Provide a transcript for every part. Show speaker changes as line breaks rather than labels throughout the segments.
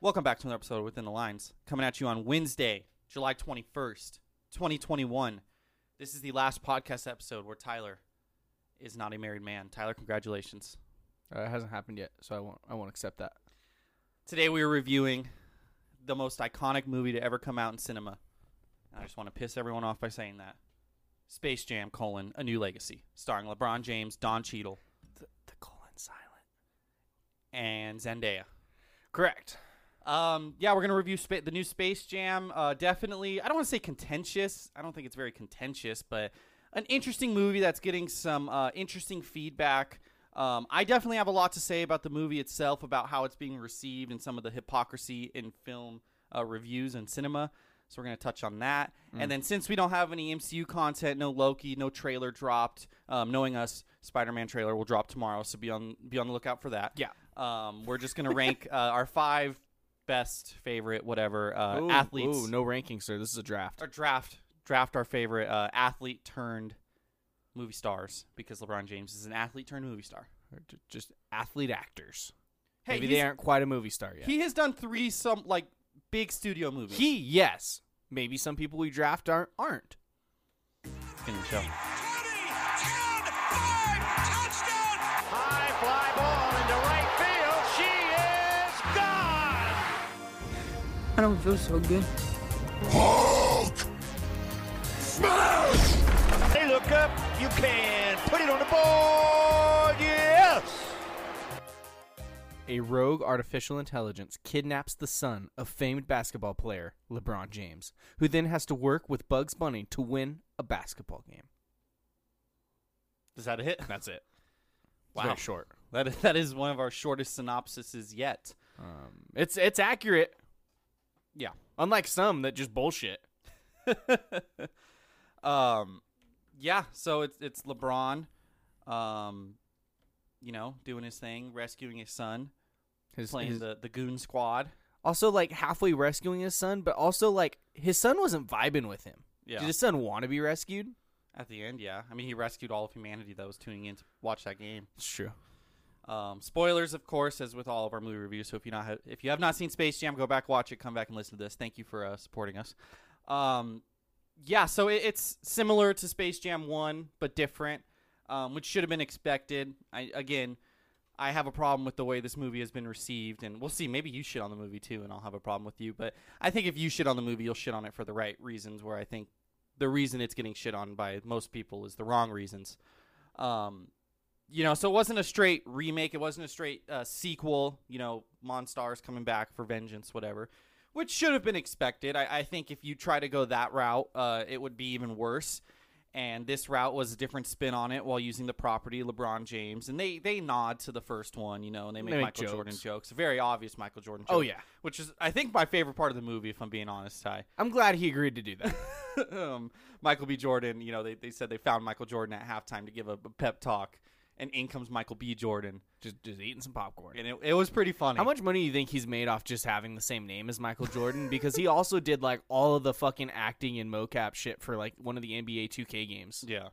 Welcome back to another episode of Within the Lines, coming at you on Wednesday, July 21st, 2021. This is the last podcast episode where Tyler is not a married man. Tyler, congratulations.
Uh, it hasn't happened yet, so I won't. I won't accept that.
Today we are reviewing the most iconic movie to ever come out in cinema. And I just want to piss everyone off by saying that. Space Jam: colon, A New Legacy, starring LeBron James, Don Cheadle,
The colon silent.
and Zendaya.
Correct.
Um, yeah, we're gonna review spa- the new Space Jam. Uh, definitely, I don't want to say contentious. I don't think it's very contentious, but an interesting movie that's getting some uh, interesting feedback. Um, I definitely have a lot to say about the movie itself, about how it's being received, and some of the hypocrisy in film uh, reviews and cinema. So we're gonna touch on that. And then since we don't have any MCU content, no Loki, no trailer dropped. Um, knowing us, Spider-Man trailer will drop tomorrow, so be on be on the lookout for that.
Yeah.
Um, we're just gonna rank uh, our five best, favorite, whatever uh,
Ooh,
athletes.
Ooh, no ranking, sir. This is a draft.
Or draft draft our favorite uh, athlete turned movie stars because LeBron James is an athlete turned movie star.
Or Uh, ju- Just athlete actors.
Hey,
Maybe
he's-
they aren't quite a movie star yet.
He has done three some like big studio movies.
He, yes. Maybe some people we draft aren't aren't.
in the show.
High fly ball into right field. She is gone.
I don't feel so good.
They look up. You can put it on the board. Yes.
A rogue artificial intelligence kidnaps the son of famed basketball player LeBron James, who then has to work with Bugs Bunny to win a basketball game.
Is that a hit?
That's it.
Wow.
Wow. Very short.
That is, that is one of our shortest synopsises yet.
Um, it's it's accurate.
Yeah.
Unlike some that just bullshit.
um, yeah. So it's it's LeBron, um, you know, doing his thing, rescuing his son,
His,
playing
his-
the the goon squad.
also like halfway rescuing his son, but also like his son wasn't vibing with him.
Yeah.
Did his son want to be rescued?
At the end, yeah. I mean, he rescued all of humanity that was tuning in to watch that game.
It's true.
Um, spoilers, of course, as with all of our movie reviews. So if you not have, if you have not seen Space Jam, go back, watch it, come back and listen to this. Thank you for uh, supporting us. Um, yeah, so it, it's similar to Space Jam One, but different, um, which should have been expected. I, again, I have a problem with the way this movie has been received, and we'll see. Maybe you shit on the movie too, and I'll have a problem with you. But I think if you shit on the movie, you'll shit on it for the right reasons. Where I think the reason it's getting shit on by most people is the wrong reasons. Um, you know, so it wasn't a straight remake. It wasn't a straight uh, sequel. You know, Monstar's coming back for vengeance, whatever, which should have been expected. I, I think if you try to go that route, uh, it would be even worse. And this route was a different spin on it while using the property LeBron James, and they they nod to the first one, you know, and they make,
make
Michael Jordan
jokes.
jokes, very obvious Michael Jordan. Joke,
Oh, yeah.
which is I think my favorite part of the movie, if I'm being honest, Ty
I'm glad he agreed to do that.
um, Michael B. Jordan, you know, they, they said they found Michael Jordan at halftime to give a, a pep talk. and in comes Michael B. Jordan,
Just, just eating some popcorn.
and it, it was pretty funny.
How much money do you think he's made off just having the same name as Michael Jordan? Because he also did like all of the fucking acting and mocap shit for like one of the NBA 2K games,
Yeah,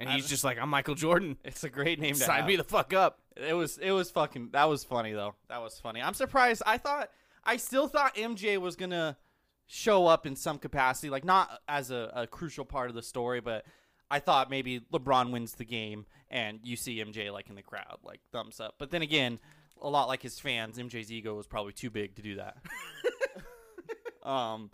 and
I-
he's just like, I'm Michael Jordan.
it's a great name. To
Sign
have.
me the fuck up.
It was it was fucking that was funny though. That was funny. I'm surprised. I thought I still thought MJ was gonna show up in some capacity, like not as a, a crucial part of the story, but I thought maybe LeBron wins the game and you see MJ like in the crowd, like thumbs up. But then again, a lot like his fans, MJ's ego was probably too big to do that. um,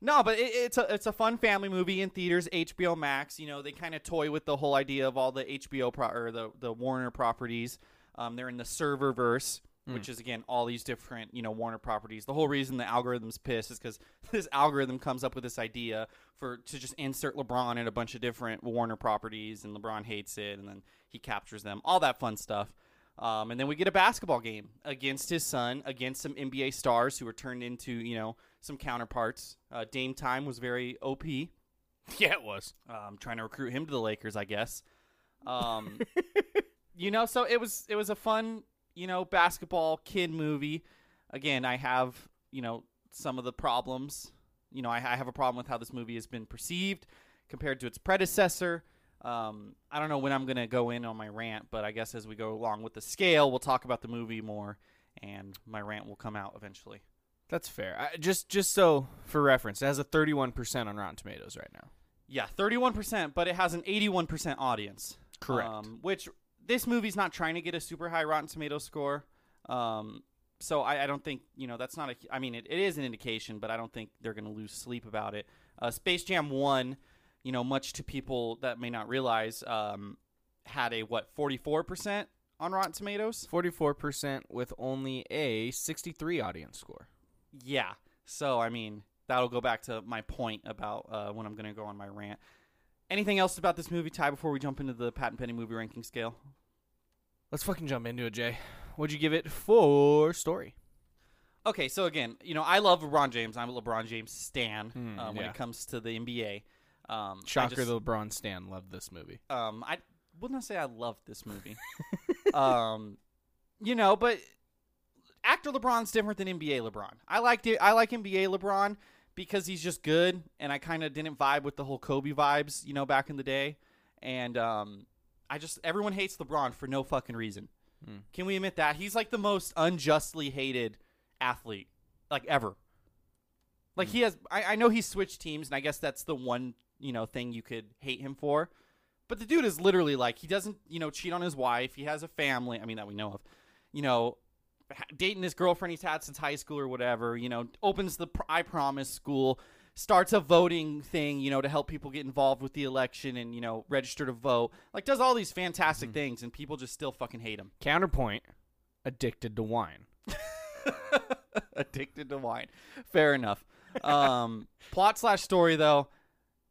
no, but it, it's a it's a fun family movie in theaters. HBO Max, you know, they kind of toy with the whole idea of all the HBO pro- or the the Warner properties. Um, they're in the server verse, which is again all these different you know Warner properties. The whole reason the algorithm's pissed is because this algorithm comes up with this idea for to just insert LeBron in a bunch of different Warner properties, and LeBron hates it, and then he captures them. All that fun stuff. Um, and then we get a basketball game against his son, against some NBA stars who were turned into, you know, some counterparts. Uh, Dame Time was very OP,
Yeah, it was.
um, trying to recruit him to the Lakers, I guess. Um, you know, so it was it was a fun, you know, basketball kid movie. Again, I have you know some of the problems. You know, I, I have a problem with how this movie has been perceived compared to its predecessor. Um, I don't know when I'm gonna go in on my rant, but I guess as we go along with the scale, we'll talk about the movie more, and my rant will come out eventually.
That's fair. I, just just so for reference, it has a 31 percent on Rotten Tomatoes right now.
Yeah, 31%, but it has an 81% audience. Um,
Correct.
which this movie's not trying to get a super high Rotten Tomato score. Um, so I, I don't think, you know, that's not a. I mean, it, it is an indication, but I don't think they're going to lose sleep about it. Uh, Space Jam 1, you know, much to people that may not realize, um, had a, what, 44% on Rotten Tomatoes?
44 percent with only a 63 audience score.
Yeah. So I mean, that'll go back to my point about uh, when I'm going to go on my rant. Anything else about this movie, Ty? Before we jump into the Pat and Penny movie ranking scale,
Let's fucking jump into it, Jay. What'd you give it for story?
okay. So again, you know, I love LeBron James. I'm a LeBron James stan
Hmm,
um, when
yeah.
it comes to the NBA. Um, I
Shocker,
just-
the LeBron stan loved this movie.
um I would not say I loved this movie. um you know, but actor LeBron's different than NBA LeBron. I liked it I like NBA LeBron because he's just good and I kind of didn't vibe with the whole Kobe vibes, you know, back in the day. And um I just everyone hates LeBron for no fucking reason. Can we admit that? He's like the most unjustly hated athlete like ever. Like he has, I, I know he switched teams, and I guess that's the one you know thing you could hate him for. But the dude is literally like he doesn't you know cheat on his wife. He has a family. I mean that we know of. You know, ha- dating his girlfriend he's had since high school or whatever. You know, opens the pr- I Promise school, starts a voting thing. You know, to help people get involved with the election and you know register to vote. Like does all these fantastic things, and people just still fucking hate him.
Counterpoint: addicted to wine.
addicted to wine. Fair enough. Um, plot slash story though,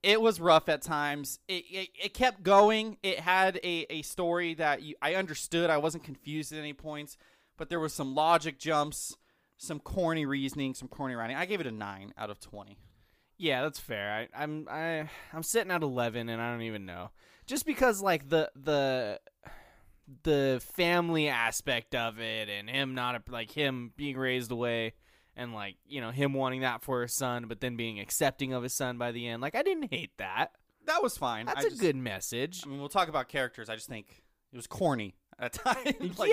it was rough at times. It it, it kept going. It had a, a story that you, I understood. I wasn't confused at any points, but there was some logic jumps, some corny reasoning, some corny writing. I gave it a nine out of twenty.
Yeah, that's fair. I, I'm I I'm sitting at eleven, and I don't even know. Just because like the the the family aspect of it, and him not a, like him being raised away, and like you know him wanting that for his son, but then being accepting of his son by the end. Like I didn't hate that.
That was fine.
That's
a
a good message.
I mean, we'll talk about characters. I just think it was corny at times. Like-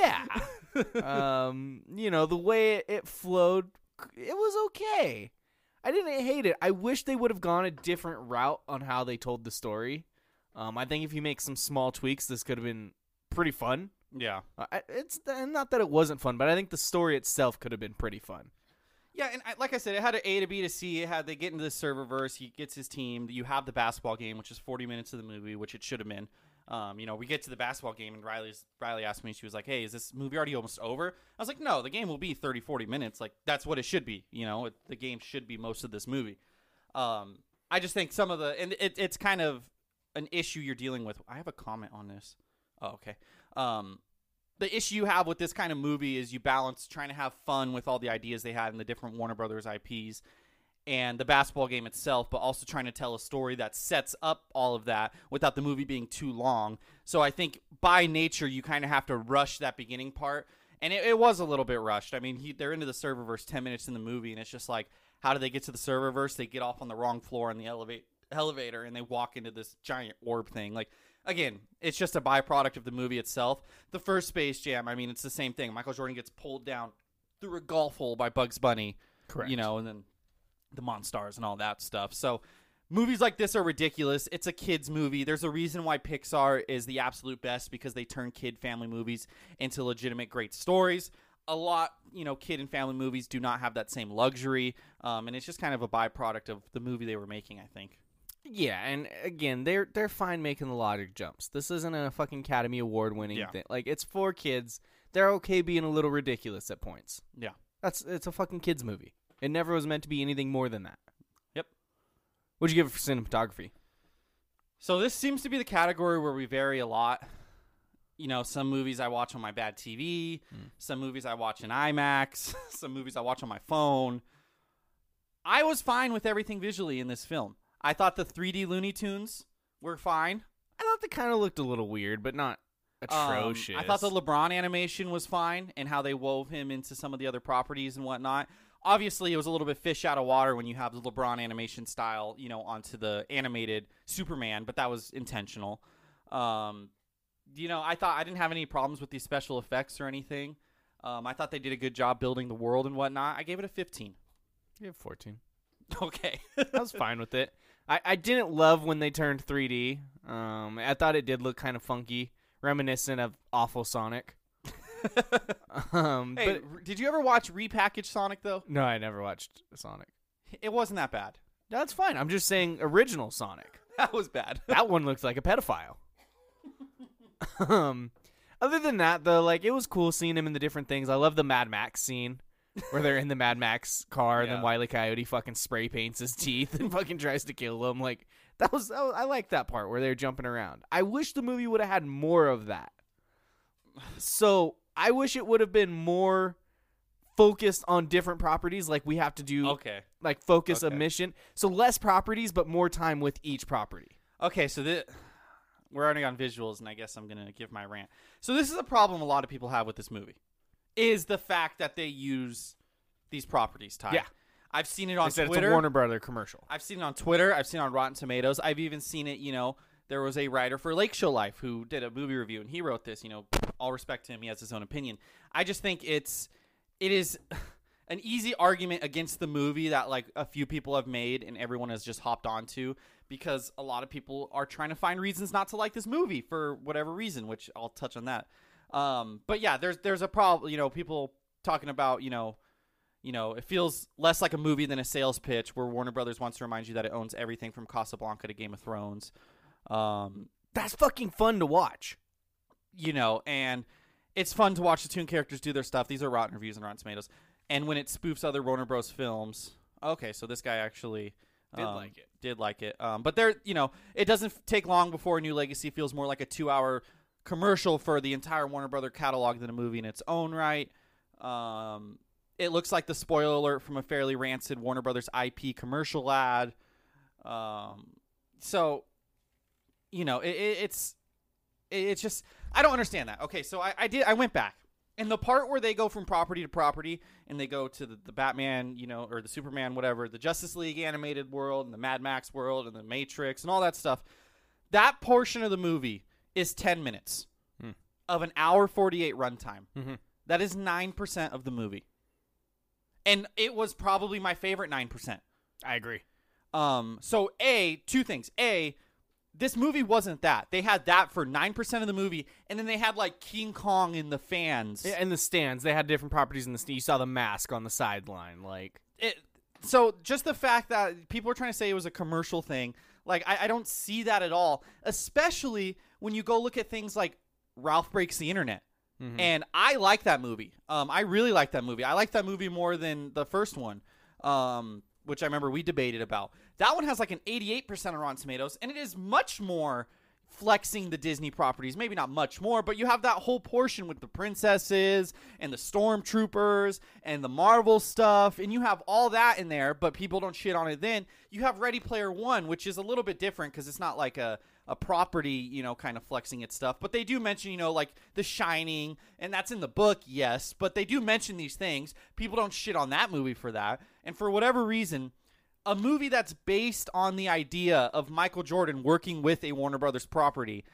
yeah. um, you know, the way it, it flowed, it was okay. I didn't hate it. I wish they would have gone a different route on how they told the story. Um, I think if you make some small tweaks, this could have been pretty fun.
yeah.
Uh, I- it's and not that it wasn't fun, but I think the story itself could have been pretty fun.
Yeah, and I, like I said, it had an A to B to C. It had they get into the serververse. He gets his team. You have the basketball game, which is forty minutes of the movie, which it should have been. Um, you know, we get to the basketball game, and Riley's Riley asked me. She was like, "Hey, is this movie already almost over?" I was like, "No, the game will be 30, 40 minutes. Like that's what it should be. You know, it, the game should be most of this movie." Um, I just think some of the and it, it's kind of an issue you're dealing with. I have a comment on this. Oh, okay. Um, the issue you have with this kind of movie is you balance trying to have fun with all the ideas they had in the different Warner Brothers IPs and the basketball game itself, but also trying to tell a story that sets up all of that without the movie being too long. So I think by nature, you kind of have to rush that beginning part. And it, it was a little bit rushed. I mean, he, they're into the serververse 10 minutes in the movie, and it's just like, how do they get to the serververse? They get off on the wrong floor in the elevate, elevator and they walk into this giant orb thing. Like, again, it's just a byproduct of the movie itself. The first Space Jam, I mean, it's the same thing. Michael Jordan gets pulled down through a golf hole by Bugs Bunny.
Correct.
You know, and then the Monstars and all that stuff. So movies like this are ridiculous. It's a kids movie. There's a reason why Pixar is the absolute best because they turn kid family movies into legitimate great stories. A lot, you know, kid and family movies do not have that same luxury, um, and it's just kind of a byproduct of the movie they were making. I think.
Yeah, and again, they're they're fine making the logic jumps. This isn't a fucking Academy Award winning
Yeah.
thing. Like it's for kids. They're okay being a little ridiculous at points.
Yeah.
That's it's a fucking kids movie. It never was meant to be anything more than that.
Yep.
What'd you give it for cinematography?
So this seems to be the category where we vary a lot. You know, some movies I watch on my bad TV, some movies I watch in IMAX, some movies I watch on my phone. I was fine with everything visually in this film. I thought the 3D Looney Tunes were fine.
I thought they kind of looked a little weird, but not
Um,
atrocious.
I thought the LeBron animation was fine and how they wove him into some of the other properties and whatnot. Obviously, it was a little bit fish out of water when you have the LeBron animation style, you know, onto the animated Superman, but that was intentional. Um, you know, I thought I didn't have any problems with these special effects or anything. Um, I thought they did a good job building the world and whatnot. I gave it a 15.
yeah, fourteen.
Okay.
I was fine with it. I, I didn't love when they turned 3D. Um, I thought it did look kind of funky, reminiscent of awful Sonic. um,
hey,
but
r- did you ever watch Repackaged Sonic, though?
no, I never watched Sonic.
It wasn't that bad.
That's fine. I'm just saying original Sonic.
That was bad.
That one looks like a pedophile. um, other than that, though, like it was cool seeing him in the different things. I love the Mad Max scene where they're in the Mad Max car, and
Yeah.
then Wile E. Coyote fucking spray paints his teeth and fucking tries to kill him. Like that was, that was I like that part where they're jumping around. I wish the movie would have had more of that. So I wish it would have been more focused on different properties. Like we have to do
okay.
like focus
Okay.
a mission. So less properties, but more time with each property.
Okay, so the we're already on visuals, and I guess I'm gonna give my rant. So this is a problem a lot of people have with this movie, is the fact that they use these properties. Ty,
Yeah.
I've seen it on
They said
Twitter.
it's a Warner Brother commercial.
I've seen it on Twitter. I've seen it on Rotten Tomatoes. I've even seen it. You know, there was a writer for Lake Show Life who did a movie review, and he wrote this. You know, all respect to him. He has his own opinion. I just think it's it is an easy argument against the movie that like a few people have made and everyone has just hopped onto because a lot of people are trying to find reasons not to like this movie for whatever reason, which I'll touch on that. Um, but yeah, there's there's a problem. You know, people talking about you know you know, it feels less like a movie than a sales pitch where Warner Brothers wants to remind you that it owns everything from Casablanca to Game of Thrones. Um,
That's fucking fun to watch.
you know, and it's fun to watch the Toon characters do their stuff. These are Rotten Reviews and Rotten Tomatoes. And when it spoofs other Warner Bros. films, okay, so this guy actually
Did
um,
like it.
Did like it. Um, but there, you know, it doesn't f- take long before New Legacy feels more like a two-hour commercial for the entire Warner Brother catalog than a movie in its own right. Um, it looks like the spoiler alert from a fairly rancid Warner Brothers IP commercial ad. Um, so, you know, it, it, it's it, it's just I don't understand that. Okay, so I, I did I went back. And the part where they go from property to property and they go to the, the Batman, you know, or the Superman, whatever, the Justice League animated world and the Mad Max world and the Matrix and all that stuff, that portion of the movie is 10 minutes of an hour 48 runtime.
Mm-hmm.
That is 9% of the movie. And it was probably my favorite 9%.
I agree.
Um, so a two things. A this movie wasn't that. They had that for nine percent of the movie, and then they had like King Kong and the fans.
Yeah, and the stands, they had different properties in the stand. You saw the mask on the sideline, like
It, so just the fact that people are trying to say it was a commercial thing, like I, I don't see that at all. Especially when you go look at things like Ralph Breaks the Internet. And I like that movie. Um, I really like that movie. I like that movie more than the first one, um, which I remember we debated about. That one has like an 88% on Rotten Tomatoes, and it is much more flexing the Disney properties. Maybe not much more, but you have that whole portion with the princesses and the stormtroopers and the Marvel stuff, and you have all that in there, but people don't shit on it then. You have Ready Player One, which is a little bit different because it's not like a a property, you know, kind of flexing its stuff. But they do mention, you know, like The Shining, and that's in the book, yes, but they do mention these things. People don't shit on that movie for that. And for whatever reason, a movie that's based on the idea of Michael Jordan working with a Warner Brothers property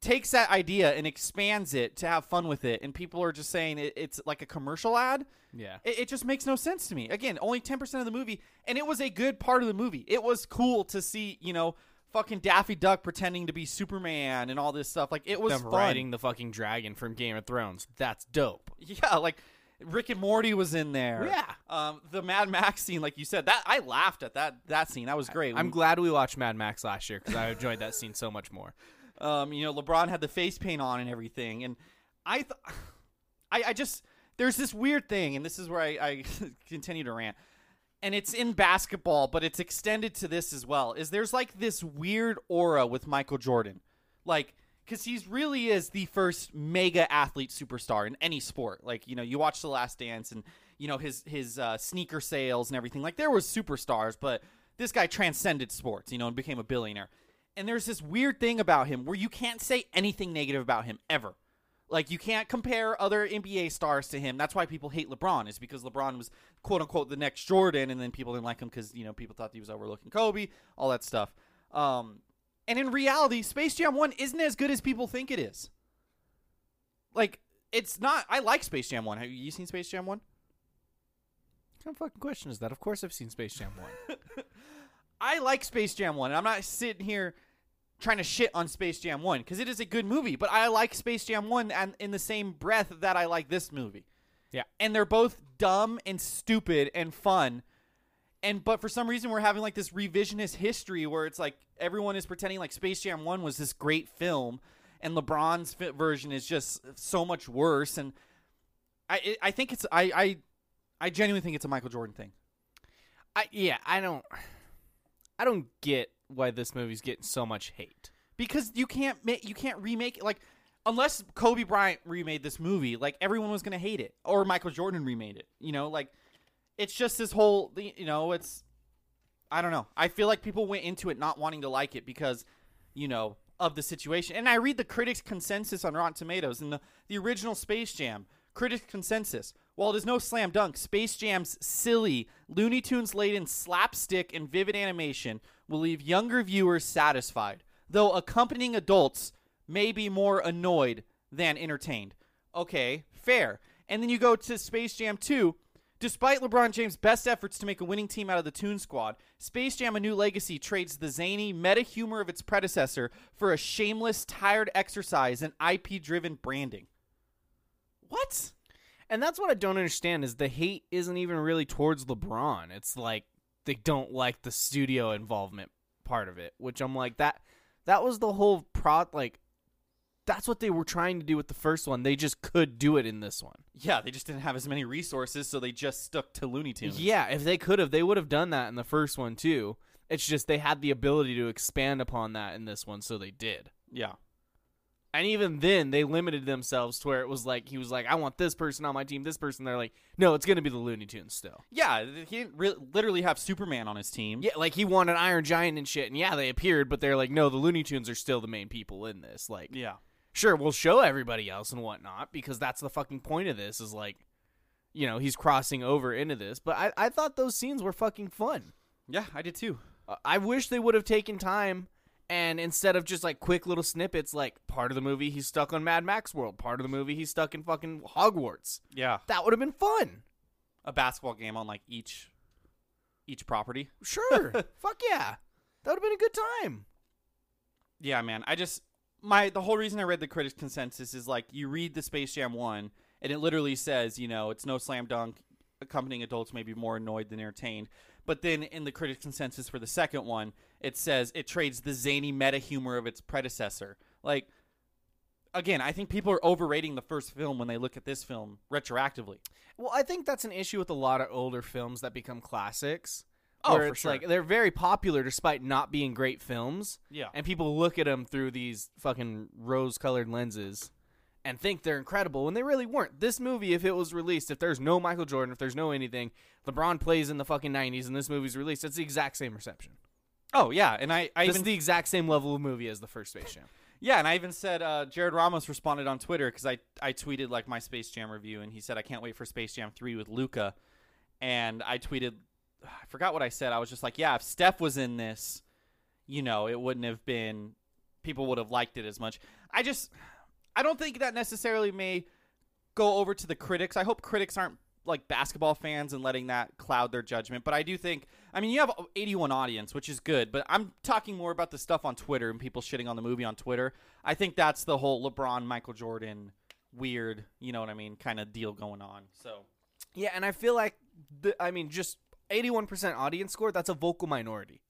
takes that idea and expands it to have fun with it and people are just saying it, it's like a commercial ad
Yeah.
it, it just makes no sense to me again only 10% of the movie and it was a good part of the movie it was cool to see you know fucking daffy duck pretending to be superman and all this stuff like it was
Them
fun
riding the fucking dragon from Game of Thrones. That's dope.
yeah, like Rick and Morty was in there.
Yeah.
Um, the Mad Max scene, like you said, that I laughed at that that scene. That was great.
I'm glad we watched Mad Max last year because I enjoyed that scene so much more.
um, you know, LeBron had the face paint on and everything, and I, th- I, I just there's this weird thing, and this is where I, I continue to rant. And it's in basketball, but it's extended to this as well. Is there's like this weird aura with Michael Jordan, like because he's really is the first mega athlete superstar in any sport. Like you know, you watch The Last Dance, and you know his his uh, sneaker sales and everything. Like there was superstars, but this guy transcended sports, you know, and became a billionaire and there's this weird thing about him where you can't say anything negative about him ever. Like you can't compare other NBA stars to him. That's why people hate LeBron is because LeBron was quote unquote the next Jordan, and then people didn't like him because you know people thought he was overlooking Kobe, all that stuff. Um, and in reality, Space Jam One isn't as good as people think it is. Like it's not. I like Space Jam One. Have you seen Space Jam One?
What kind of fucking question is that? Of course I've seen Space Jam 1.
I like Space Jam 1, and I'm not sitting here trying to shit on Space Jam 1 because it is a good movie, but I like Space Jam 1 and in the same breath that I like this movie.
Yeah.
And they're both dumb and stupid and fun. And but for some reason we're having like this revisionist history where it's like everyone is pretending like Space Jam 1 was this great film and LeBron's fi- version is just so much worse and I it, I think it's I I I genuinely think it's a Michael Jordan thing.
I yeah, I don't I don't get why this movie's getting so much hate.
because you can't make you can't remake it like unless Kobe Bryant remade this movie like everyone was going to hate it or Michael Jordan remade it you know like it's just this whole you know it's I don't know I feel like people went into it not wanting to like it because you know of the situation and I read the critics consensus on Rotten Tomatoes and the the original Space Jam critics consensus while it is no slam dunk, Space Jam's silly, Looney Tunes laden slapstick and vivid animation will leave younger viewers satisfied though accompanying adults may be more annoyed than entertained. Okay, fair. And then you go to Space Jam 2. Despite LeBron James' best efforts to make a winning team out of the Toon Squad, Space Jam A New Legacy trades the zany, meta humor of its predecessor for a shameless, tired exercise in IP driven branding. What?
And that's what I don't understand is the hate isn't even really towards LeBron. It's like they don't like the studio involvement part of it, which I'm like that that was the whole pro like that's what they were trying to do with the first one. They just could do it in this one.
Yeah, they just didn't have as many resources, so they just stuck to Looney Tunes.
Yeah, if they could have, they would have done that in the first one too. It's just they had the ability to expand upon that in this one, so they did.
Yeah.
And even then, they limited themselves to where it was like he was like, "I want this person on my team, this person." They're like, "No, it's gonna be the Looney Tunes still."
Yeah, he didn't re- literally have Superman on his team.
Yeah, like he wanted Iron Giant and shit, and yeah, they appeared, but they're like, "No, the Looney Tunes are still the main people in this." Like,
Yeah.
sure, we'll show everybody else and whatnot because that's the fucking point of this is like, you know, he's crossing over into this. But I, I thought those scenes were fucking fun.
Yeah, I did too.
Uh, I wish they would have taken time and instead of just like quick little snippets, like part of the movie he's stuck on Mad Max World, part of the movie he's stuck in fucking Hogwarts.
Yeah.
That would have been fun.
a basketball game on like each each property.
Sure. Fuck yeah. That would have been a good time.
Yeah, man. I just my the whole reason I read the critics consensus is like you read the Space Jam 1 and it literally says, you know, it's no slam dunk accompanying adults may be more annoyed than entertained. But then in the critics consensus for the second one, it says it trades the zany meta humor of its predecessor. Like again, I think people are overrating the first film when they look at this film retroactively.
Well, I think that's an issue with a lot of older films that become classics
Oh,
where
for
it's
sure.
like they're very popular despite not being great films.
Yeah.
and people look at them through these fucking rose-colored lenses and think they're incredible when they really weren't. This movie, if it was released, if there's no Michael Jordan, if there's no anything, LeBron plays in the fucking '90s, and this movie's released, it's the exact same reception.
Oh yeah, and I, I
This
even
is the exact same level of movie as the first Space Jam.
yeah, and I even said uh, Jared Ramos responded on Twitter because I I tweeted like my Space Jam review, and he said I can't wait for Space Jam three with Luca, and I tweeted I forgot what I said. I was just like, yeah, if Steph was in this, you know, it wouldn't have been people would have liked it as much. I just I don't think that necessarily may go over to the critics. I hope critics aren't like basketball fans and letting that cloud their judgment. But I do think, I mean, you have 81 audience, which is good. But I'm talking more about the stuff on Twitter and people shitting on the movie on Twitter. I think that's the whole LeBron, Michael Jordan, weird, you know what I mean, kind of deal going on. So
Yeah, and I feel like the, I mean, just 81% audience score. That's a vocal minority.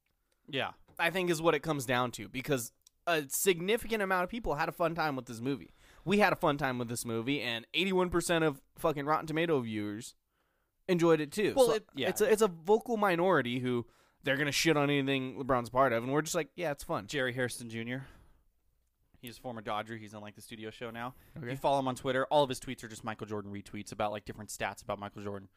yeah,
I think is what it comes down to because a significant amount of people had a fun time with this movie. We had a fun time with this movie, and 81% of fucking Rotten Tomato viewers enjoyed it too.
Well,
So
it- yeah.
it's a, it's a vocal minority who they're gonna shit on anything LeBron's part of, and we're just like, yeah, it's fun.
Jerry Harrison Jr. He's a former Dodger. He's on like the studio show now. If
Okay.
you follow him on Twitter, all of his tweets are just Michael Jordan retweets about like different stats about Michael Jordan.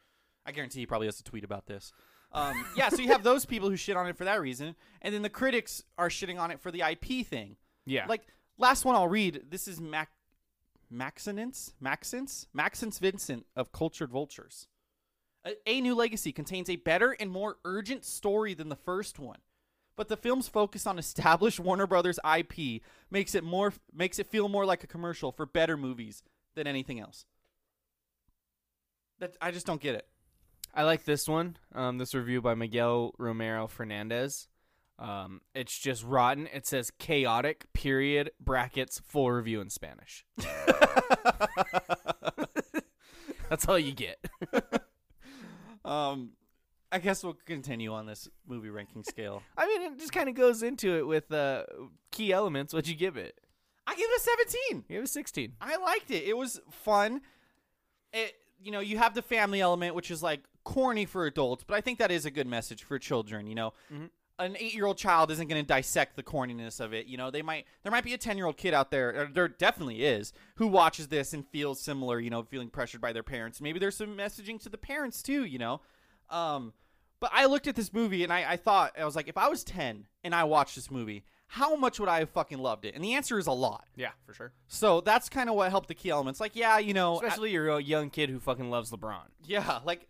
I guarantee he probably has a tweet about this. Um, yeah, so you have those people who shit on it for that reason, and then the critics are shitting on it for the IP thing.
Yeah,
Like last one I'll read. This is Mac Maxinence Maxence Maxence Vincent of Cultured Vultures. A, a New Legacy contains a better and more urgent story than the first one, but the film's focus on established Warner Brothers IP makes it more makes it feel more like a commercial for better movies than anything else. That I just don't get it.
I like this one. Um, this review by Miguel Romero Fernandez. Um, it's just rotten. It says chaotic. Period. Brackets. Full review in Spanish. That's all you get.
Um, I guess we'll continue on this movie ranking scale.
I mean, it just kind of goes into it with uh, key elements. What'd you give it?
I give it a seventeen.
You gave it sixteen.
I liked it. It was fun. It you know, you have the family element which is like corny for adults, but I think that is a good message for children, you know. An 8-year-old child isn't going to dissect the corniness of it. You know, they might there might be a 10-year-old kid out there, or there definitely is, who watches this and feels similar, you know, feeling pressured by their parents. Maybe there's some messaging to the parents too, you know. Um but I looked at this movie and I, I thought I was like, if I was 10 and I watched this movie, how much would I have fucking loved it? And the answer is a lot.
Yeah, for sure.
So that's kind of what helped the key elements. Like, yeah, you know, I-
Especially you're a young kid who fucking loves LeBron.
yeah, like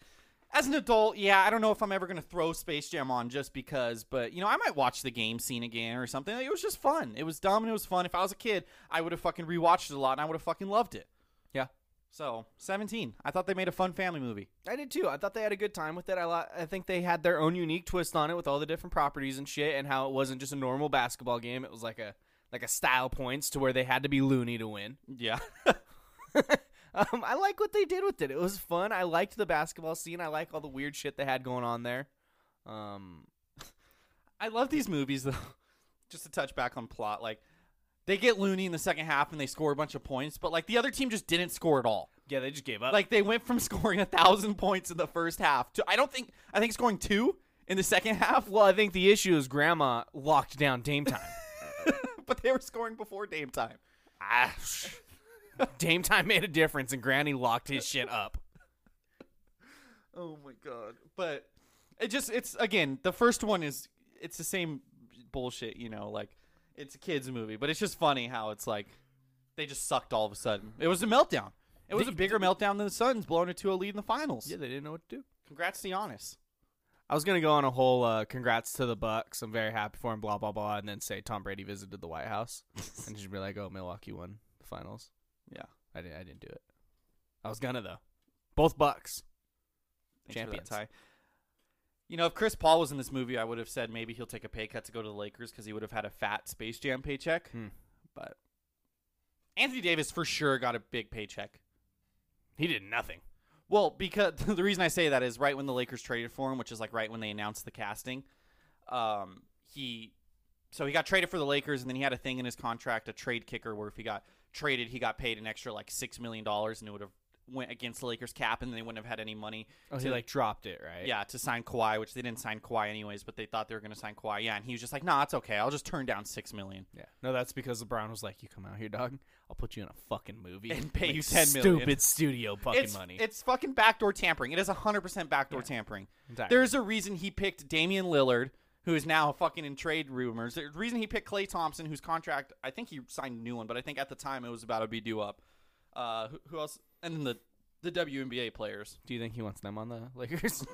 as an adult, yeah, I don't know if I'm ever gonna throw Space Jam on just because, but you know, I might watch the game scene again or something. Like, it was just fun. It was dumb and it was fun. If I was a kid, I would have fucking rewatched it a lot and I would have fucking loved it.
Yeah,
So 17. I thought they made a fun family movie.
I did too. I thought they had a good time with it. I li- I think they had their own unique twist on it with all the different properties and shit, and how it wasn't just a normal basketball game. It was like a like a style points to where they had to be loony to win.
Yeah.
um, I like what they did with it. It was fun. I liked the basketball scene. I like all the weird shit they had going on there. Um,
I love these movies though. Just to touch back on plot, like they get loony in the second half and they score a bunch of points, but like the other team just didn't score at all.
yeah, they just gave up.
like they went from scoring a thousand points in the first half to I don't think I think scoring two in the second half,
Well, I think the issue is Grandma locked down Dame time.
but they were scoring before Dame time.
Ah, Dame time made a difference, and Granny locked his shit up.
Oh my god! But it just it's again the first one is it's the same bullshit, you know, like it's a kids movie, but it's just funny how it's like they just sucked all of a sudden. It was a meltdown. It was a bigger meltdown than the Suns blowing a 2-0 lead in the finals.
they didn't know what to do.
Congrats to Giannis.
I was gonna go on a whole uh, congrats to the Bucks. I'm very happy for him. Blah blah blah, and then say Tom Brady visited the White House, and just be like, "Oh, Milwaukee won the finals."
Yeah.
I didn't. I didn't do it. I was gonna though. Both Bucks.
champions.
Champions.
Tie. You know, if Chris Paul was in this movie, I would have said maybe he'll take a pay cut to go to the Lakers because he would have had a fat Space Jam paycheck.
Hmm.
But Anthony Davis for sure got a big paycheck.
He did nothing.
Well, because the reason I say that is right when the Lakers traded for him, which is like right when they announced the casting, um, he so he got traded for the Lakers, and then he had a thing in his contract, a trade kicker, where if he got traded, he got paid an extra like six million dollars, and it would have went against the Lakers cap, and they wouldn't have had any money.
Oh, he
to-
like dropped it, right?
yeah, to sign Kawhi, which they didn't sign Kawhi anyways, but they thought they were going to sign Kawhi. Yeah, and he was just like, "Nah, it's okay. I'll just turn down six million.
Yeah. No, that's because LeBron was like, "You come out here, dog. I'll put you in a fucking movie
And pay
Like,
you 10
stupid
million."
studio fucking
it's,
money."
It's fucking backdoor tampering. It is hundred percent backdoor tampering.
Entirely.
There's a reason he picked Damian Lillard, who is now fucking in trade rumors. There's a reason he picked Clay Thompson, whose contract I think he signed a new one, but I think at the time it was about to be due up. Uh, who, who else? And then the the WNBA players.
Do you think he wants them on the Lakers?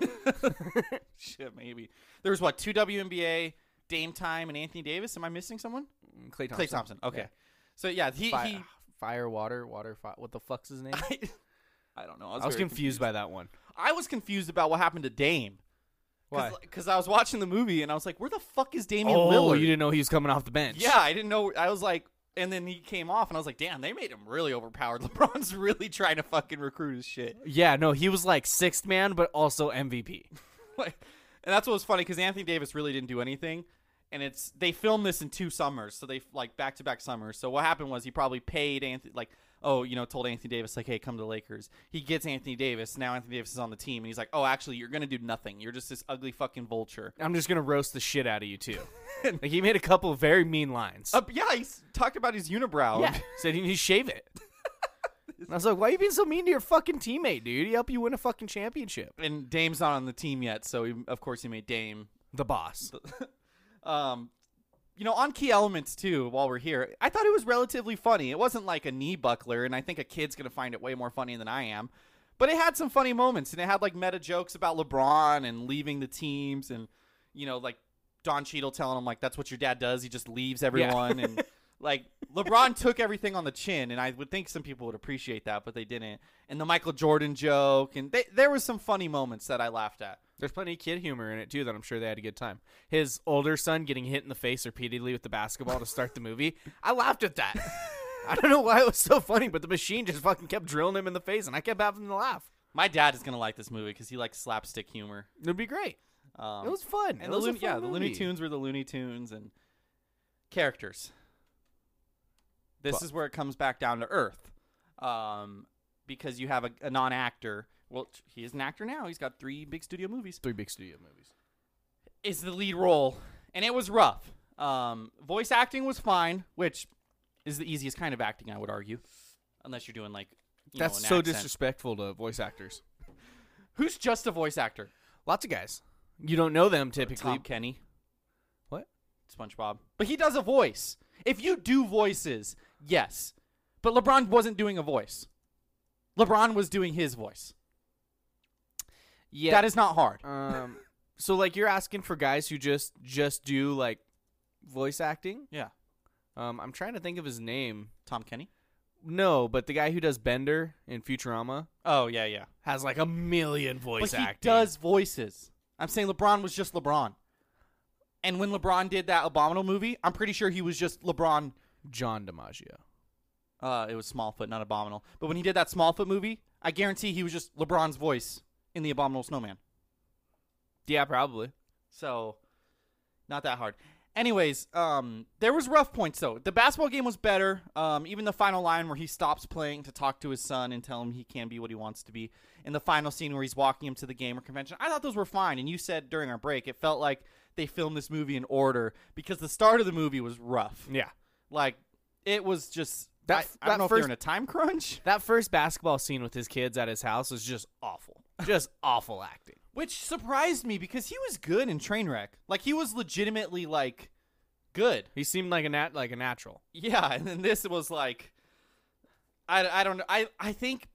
Shit, maybe there was what two WNBA Dame Time and Anthony Davis. Am I missing someone?
Clay Thompson.
Clay Thompson. Okay.
Yeah.
So yeah, he,
Fi-
he
fire, water, water, fi- what the fuck's his name?
I, I don't know. I was,
I was
very
confused, by that one.
I was confused about what happened to Dame.
Why?
Because I was watching the movie and I was like, where the fuck is Damian
oh,
Lillard?
you didn't know he was coming off the bench.
yeah, I didn't know. I was like, and then he came off and I was like, damn, they made him really overpowered. LeBron's really trying to fucking recruit his shit.
Yeah, no, he was like sixth man, but also MVP.
Like, and that's what was funny because Anthony Davis really didn't do anything. And it's they filmed this in two summers, so they like back to back summers. So what happened was he probably paid Anthony like oh you know told Anthony Davis like hey come to the Lakers. He gets Anthony Davis now. Anthony Davis is on the team, and he's like oh actually you're gonna do nothing. You're just this ugly fucking vulture.
I'm just gonna roast the shit out of you too. like he made a couple of very mean lines.
Uh, yeah, he s- talked about his unibrow.
Yeah. Said he need to shave it. And I was like, why are you being so mean to your fucking teammate, dude? He helped you win a fucking championship.
And Dame's not on the team yet, so he, of course he made Dame
The boss.
um, you know, on key elements too. While we're here, I thought it was relatively funny. It wasn't like a knee buckler, and I think a kid's gonna find it way more funny than I am. But it had some funny moments, and it had like meta jokes about LeBron and leaving the teams, and you know, like Don Cheadle telling him like that's what your dad does. He just leaves everyone, and like LeBron took everything on the chin, and I would think some people would appreciate that, but they didn't. And the Michael Jordan joke, and they, there was some funny moments that I laughed at.
There's plenty of kid humor in it too that I'm sure they had a good time. His older son getting hit in the face repeatedly with the basketball to start the movie. I laughed at that. I don't know why it was so funny, but the machine just fucking kept drilling him in the face, and I kept having to laugh.
My dad is gonna like this movie because he likes slapstick humor.
It'd be great.
Um,
It was fun.
And
It
the
was a
Looney, yeah,
fun
the Looney
movie.
Tunes were the Looney Tunes and characters. This
But-
is where it comes back down to earth, um, because you have a, a non-actor. Well, t- he is an actor now. He's got three big studio movies.
Three big studio movies.
Is the lead role, and it was rough. Um, voice acting was fine, which is the easiest kind of acting, I would argue, unless you're doing like you know,
That's
an
so
accent.
disrespectful to voice actors.
Who's just a voice actor?
Lots of guys. You don't know them typically.
Tom Kenny.
What?
SpongeBob. But he does a voice. If you do voices, yes. But LeBron wasn't doing a voice. LeBron was doing his voice.
Yeah.
That is not hard.
Um. so like you're asking for guys who just just do like voice acting.
Yeah.
Um. I'm trying to think of his name.
Tom Kenny?
No, but the guy who does Bender in Futurama
Oh, yeah, yeah.
has like a million voice
but
acting.
he does voices. I'm saying LeBron was just LeBron. And when LeBron did that Abominable movie, I'm pretty sure he was just LeBron.
John DiMaggio.
Uh, it was Smallfoot, not Abominable. But when he did that Smallfoot movie, I guarantee he was just LeBron's voice in the Abominable Snowman.
Yeah, probably.
So not that hard. Anyways, um, there was rough points though. The basketball game was better. Um, even the final line where he stops playing to talk to his son and tell him he can be what he wants to be, and the final scene where he's walking him to the game or convention. I thought those were fine. And you said during our break, it felt like they filmed this movie in order because the start of the movie was rough.
Yeah.
Like it was just
That-
I, I don't
that
know if they're
first-
in a time crunch.
That first basketball scene with his kids at his house is just awful. Just awful acting.
which surprised me because he was good in Trainwreck. Like he was legitimately like good.
He seemed like a nat like a natural.
Yeah, and then this was like, I, I don't know. I, I think.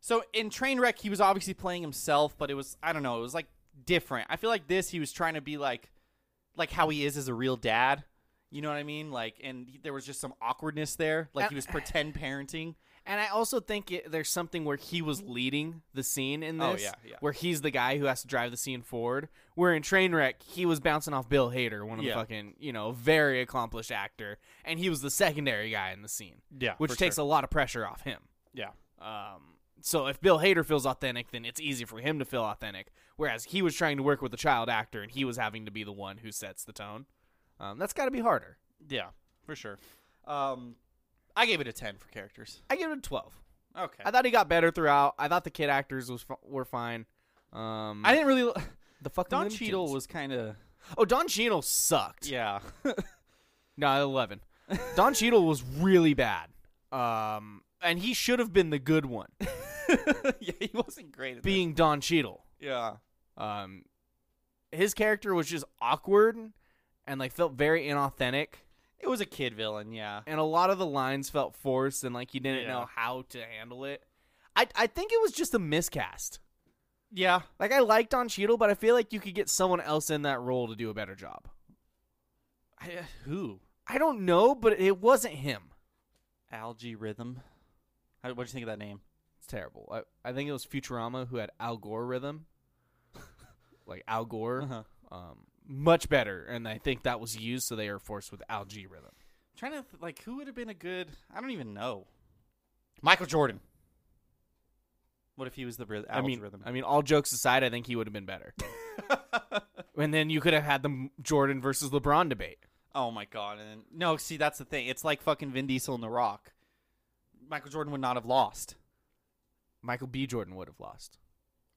So in Trainwreck, he was obviously playing himself, but it was, I don't know, it was like different. I feel like this, he was trying to be like, like how he is as a real dad. You know what I mean? Like, and he- there was just some awkwardness there. Like he was
Uh,
pretend parenting.
And I also think it, there's something where he was leading the scene in
Oh,
this,
yeah, yeah.
where he's the guy who has to drive the scene forward. Where in Trainwreck, he was bouncing off Bill Hader, one of
Yeah.
the fucking, you know, very accomplished actor, and he was the secondary guy in the scene.
Yeah,
which
for
takes
sure.
a lot of pressure off him.
Yeah.
Um, so if Bill Hader feels authentic, then it's easy for him to feel authentic. Whereas he was trying to work with a child actor, and he was having to be the one who sets the tone. Um, that's got to be harder.
Yeah, for sure. Um, I gave it a 10 for characters.
I give it a twelve.
Okay.
I thought he got better throughout. I thought the kid actors was f- were fine. Um,
I didn't really.
The fucking
Don
Looney
Cheadle
Tunes.
was kind of.
Oh, Don Cheadle sucked.
Yeah.
No, eleven. Don Cheadle was really bad. Um, and he should have been the good one,
yeah, he wasn't great at
being Don Cheadle.
this. Yeah.
Um, his character was just awkward and like felt very inauthentic,
It was a kid villain, yeah.
and a lot of the lines felt forced and like he didn't
Yeah.
know how to handle it. I I think it was just a miscast.
Yeah.
Like I like Don Cheadle, but I feel like you could get someone else in that role to do a better job.
I, uh, who?
I don't know, but it wasn't him.
Algae Rhythm. How, what'd you think of that name?
It's terrible. I, I think it was Futurama who had Al Gore rhythm, like Al Gore.
Uh-huh.
Um, much better, and I think that was used, so they are forced with Al G rhythm.
trying to th- like who would have been a good I don't even know. Michael Jordan. What if he was the rhythm?
I mean, I mean, all jokes aside, I think he would have been better. and then you could have had the M- Jordan versus LeBron debate.
oh my god! And then, no, see that's the thing. It's like fucking Vin Diesel and The Rock. Michael Jordan would not have lost.
Michael B. Jordan would have lost.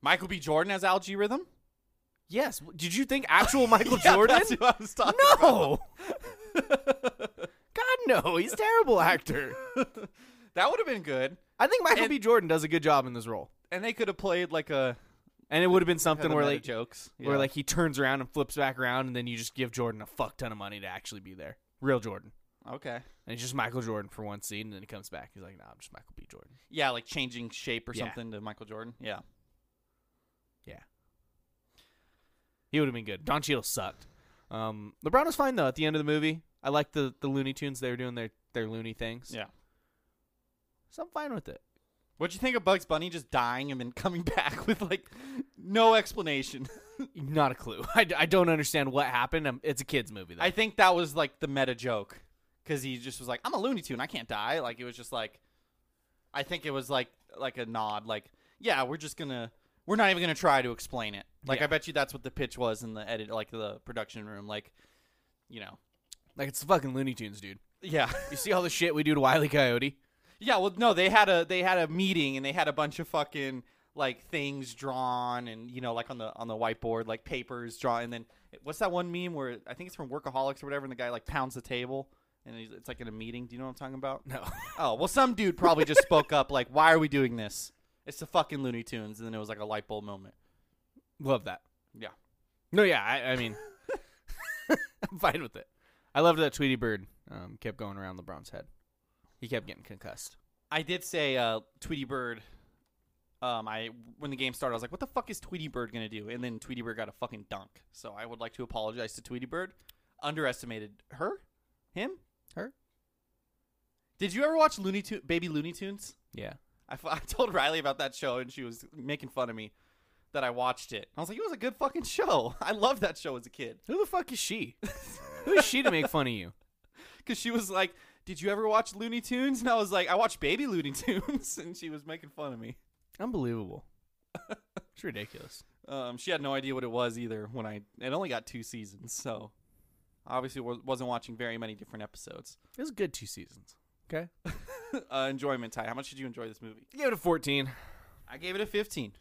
Michael B. Jordan has algae rhythm.
Yes. w- Did you think actual Michael Jordan?
that's who I was talking
no. God no, he's a terrible actor.
about. that would have been good,
I think Michael
And-
B. Jordan does a good job in this role,
and they could have played like a
and it would have been something
kinda
where
meta
like
jokes,
where
Yeah.
like he turns around and flips back around, and then you just give Jordan a fuck ton of money to actually be there, real Jordan.
okay,
And it's just Michael Jordan for one scene, and then he comes back. He's like, "Nah, I'm just Michael B. Jordan."
yeah, like changing shape or
Yeah.
something to Michael Jordan. Yeah,
Yeah, he would have been good. Don Cheadle sucked. Um, LeBron was fine though. At the end of the movie, I liked the the Looney Tunes. They were doing their their Looney things.
yeah.
so I'm fine with it.
What'd you think of Bugs Bunny just dying and then coming back with like no explanation?
Not a clue. I, d- I don't understand what happened. Um it's a kids movie though.
I think that was like the meta joke because he just was like, "I'm a Looney Tune, I can't die." Like it was just like, I think it was like like a nod, like, "Yeah, we're just gonna, we're not even gonna try to explain it." Like
Yeah.
I bet you that's what the pitch was in the edit, like the production room, like, you know,
like it's the fucking Looney Tunes, dude.
yeah,
You see all the shit we do to Wiley Coyote.
yeah. Well, no, they had a they had a meeting and they had a bunch of fucking like things drawn and you know like on the on the whiteboard like papers drawn and then what's that one meme where I think it's from Workaholics or whatever and the guy like pounds the table. And he's, it's like in a meeting. Do you know what I'm talking about?
No.
Oh, well, some dude probably just spoke up, like, why are we doing this? It's the fucking Looney Tunes. And then it was like a light bulb moment.
Love that.
Yeah.
No, yeah, I, I mean, I'm fine with it. I loved that Tweety Bird um, kept going around LeBron's head. He kept getting concussed.
I did say uh, Tweety Bird. Um, I when the game started, I was like, "What the fuck is Tweety Bird gonna do?" And then Tweety Bird got a fucking dunk. So I would like to apologize to Tweety Bird. Underestimated her, him,
Her?
Did you ever watch Looney Tune Baby Looney Tunes?
Yeah.
I, f- I told Riley about that show, and she was making fun of me that I watched it. I was like, "It was a good fucking show. I loved that show as a kid."
Who the fuck is she? Who is she to make fun of you?
because she was like, "Did you ever watch Looney Tunes?" And I was like, "I watched Baby Looney Tunes," and she was making fun of me.
Unbelievable. It's ridiculous.
Um, she had no idea what it was either. When I it only got two seasons, so obviously wa- wasn't watching very many different episodes.
It was a good two seasons. Okay.
uh, enjoyment time. How much did you enjoy this movie?
Give it a 14.
I gave it a fifteen,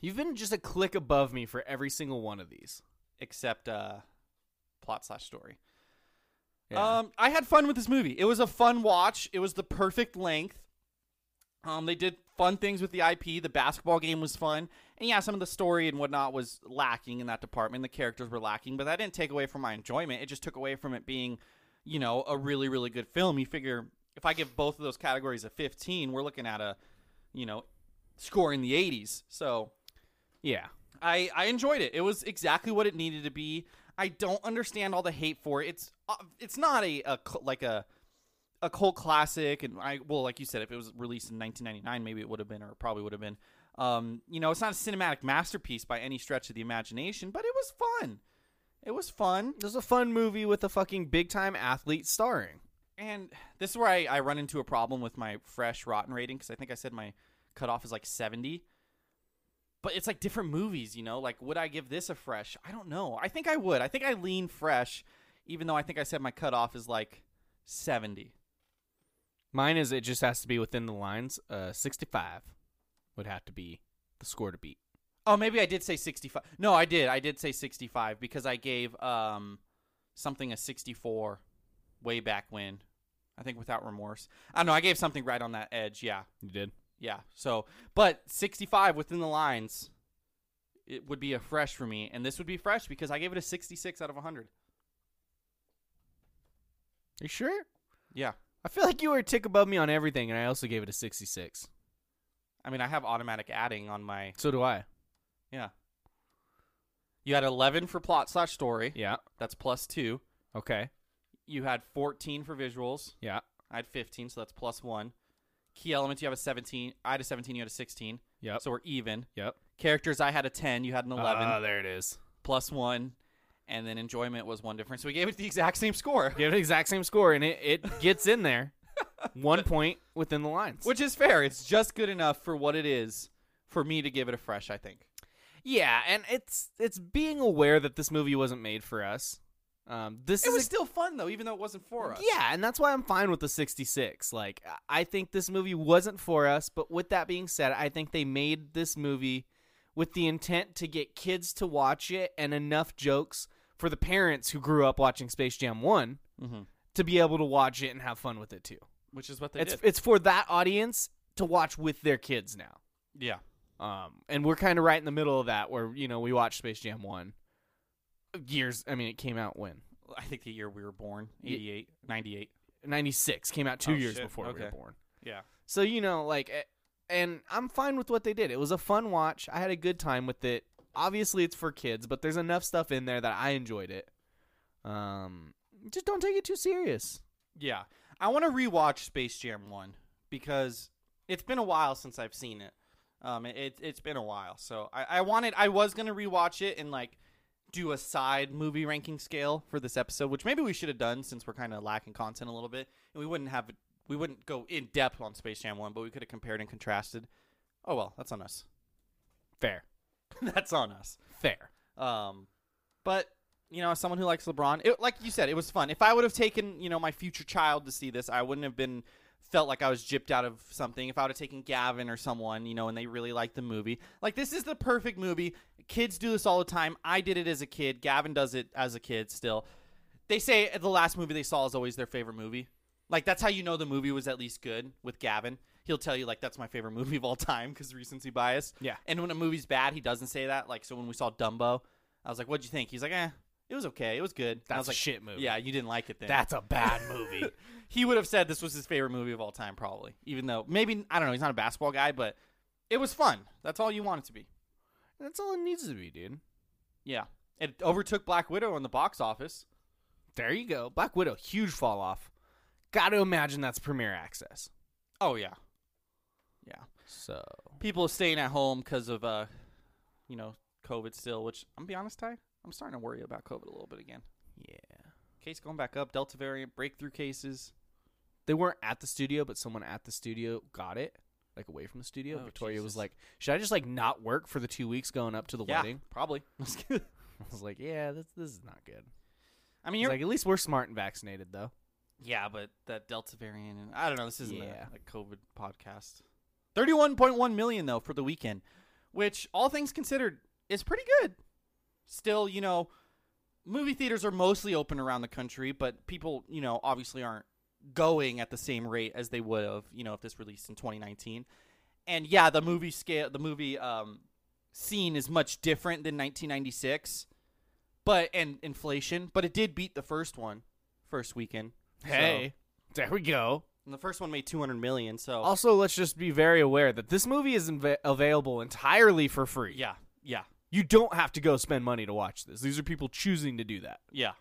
You've been just a click above me for every single one of these.
except uh, plot slash story.
Yeah.
Um, I had fun with this movie. It was a fun watch. It was the perfect length. Um, they did fun things with the IP. The basketball game was fun, and yeah, some of the story and whatnot was lacking in that department. The characters were lacking, but that didn't take away from my enjoyment. It just took away from it being, you know, a really really good film. You figure if I give both of those categories a 15, we're looking at a, you know, score in the 80s. So
yeah.
I, I enjoyed it. It was exactly what it needed to be. I don't understand all the hate for it. It's uh, it's not a, a cl- like a a cult classic, and I well, like you said, if it was released in 1999, maybe it would have been, or probably would have been. Um, you know, it's not a cinematic masterpiece by any stretch of the imagination, but it was fun. It was fun,
It was a fun movie with a fucking big time athlete starring.
and this is where I, I run into a problem with my fresh rotten rating because I think I said my cutoff is like 70. But it's like different movies, you know? Like, would I give this a fresh? I don't know. I think I would. I think I lean fresh, even though I think I said my cutoff is like 70.
Mine is it just has to be within the lines. Uh, 65 would have to be the score to beat.
Oh, maybe I did say 65. No, I did. I did say 65 because I gave um something a 64 way back when. I think without remorse. I don't know. I gave something right on that edge. Yeah.
You did.
Yeah. So, but 65 within the lines it would be a fresh for me and this would be fresh because I gave it a 66 out of 100.
You sure?
Yeah.
I feel like you were a tick above me on everything, and I also gave it a 66.
I mean, I have automatic adding on my
So do I.
yeah. You had 11 for plot slash story.
Yeah.
That's plus 2.
Okay.
You had 14 for visuals.
Yeah.
I had 15, so that's plus one. Key elements, you have a 17. I had a 17, you had a 16.
Yep.
So we're even.
Yep.
Characters, I had a 10, you had an 11,
Ah, there it is.
plus one. And then enjoyment was one difference. So we gave it the exact same score,
Give it the exact same score, and it, it gets in there. One point within the lines.
which is fair. It's just good enough for what it is for me to give it a fresh, I think.
yeah, and it's it's being aware that this movie wasn't made for us. Um, this
It
is
was
a-
still fun, though, even though it wasn't for us.
Yeah, and that's why I'm fine with the 66. Like, I- I think this movie wasn't for us, but with that being said, I think they made this movie with the intent to get kids to watch it and enough jokes for the parents who grew up watching Space Jam one
Mhm.
to be able to watch it and have fun with it too.
Which is what they
It's
did.
it's for that audience to watch with their kids now.
yeah.
Um, and we're kind of right in the middle of that where you know we watched Space Jam one years. I mean, it came out when
I think the year we were born,
Ye-
88, 98.
96 came out two
Oh,
years
shit.
before we were
Okay.
born.
Yeah.
So you know, like, eh, and I'm fine with what they did. It was a fun watch. I had a good time with it. Obviously, it's for kids, but there's enough stuff in there that I enjoyed it. Um, just don't take it too serious.
Yeah. I want to rewatch Space Jam 1 because it's been a while since I've seen it. Um, it, it, it's been a while. So I, I wanted, I was going to rewatch it and like do a side movie ranking scale for this episode, which maybe we should have done since we're kind of lacking content a little bit. And we wouldn't have, we wouldn't go in depth on Space Jam 1, but we could have compared and contrasted. Oh, well, that's on us.
Fair,
that's on us.
fair.
Um, but you know, as someone who likes LeBron, it, like you said, it was fun. If I would have taken you know my future child to see this, I wouldn't have been felt like I was gypped out of something. If I would have taken Gavin or someone, you know, and they really liked the movie, like this is the perfect movie. Kids do this all the time. I did it as a kid. Gavin does it as a kid still. They say the last movie they saw is always their favorite movie. Like that's how you know the movie was at least good with Gavin. He'll tell you like that's my favorite movie of all time because recency bias.
Yeah.
And when a movie's bad, he doesn't say that. Like so when we saw Dumbo, I was like, "What'd you think?" He's like, "Eh, it was okay. It was good." And I
That's
was
a
like,
shit movie.
Yeah, you didn't like it then.
That's a bad movie.
he would have said this was his favorite movie of all time, probably. Even though maybe I don't know, he's not a basketball guy, but it was fun. That's all you want it to be.
That's all it needs to be, dude.
Yeah. It overtook Black Widow in the box office.
There you go. Black Widow, huge fall off. Got to imagine that's premiere access.
Oh yeah, yeah.
So
People staying at home because of uh, you know, COVID still. Which I'm gonna be honest, Ty, I'm starting to worry about COVID a little bit again.
yeah,
Case going back up, Delta variant, breakthrough cases.
they weren't at the studio, but someone at the studio got it, like away from the studio.
Oh,
Victoria was
Jesus.
like, "Should I just like not work for the two weeks going up to the
yeah,
wedding?"
probably.
I was like, "Yeah, this this is not good."
I mean,
He's
you're
like, "At least we're smart and vaccinated, though."
Yeah, but that Delta variant, and I don't know. This isn't
Yeah.
a, a COVID podcast. Thirty-one point one million though for the weekend, which all things considered is pretty good. Still, you know, movie theaters are mostly open around the country, but people, you know, obviously aren't going at the same rate as they would have, you know, if this released in 2019. And yeah, the movie scale, the movie um, scene is much different than 1996, but and inflation, but it did beat the first one, first weekend. So-
there we go.
and the first one made 200 million, so
Also, let's just be very aware that this movie is inv- available entirely for free.
yeah, yeah,
you don't have to go spend money to watch this. These are people choosing to do that.
yeah.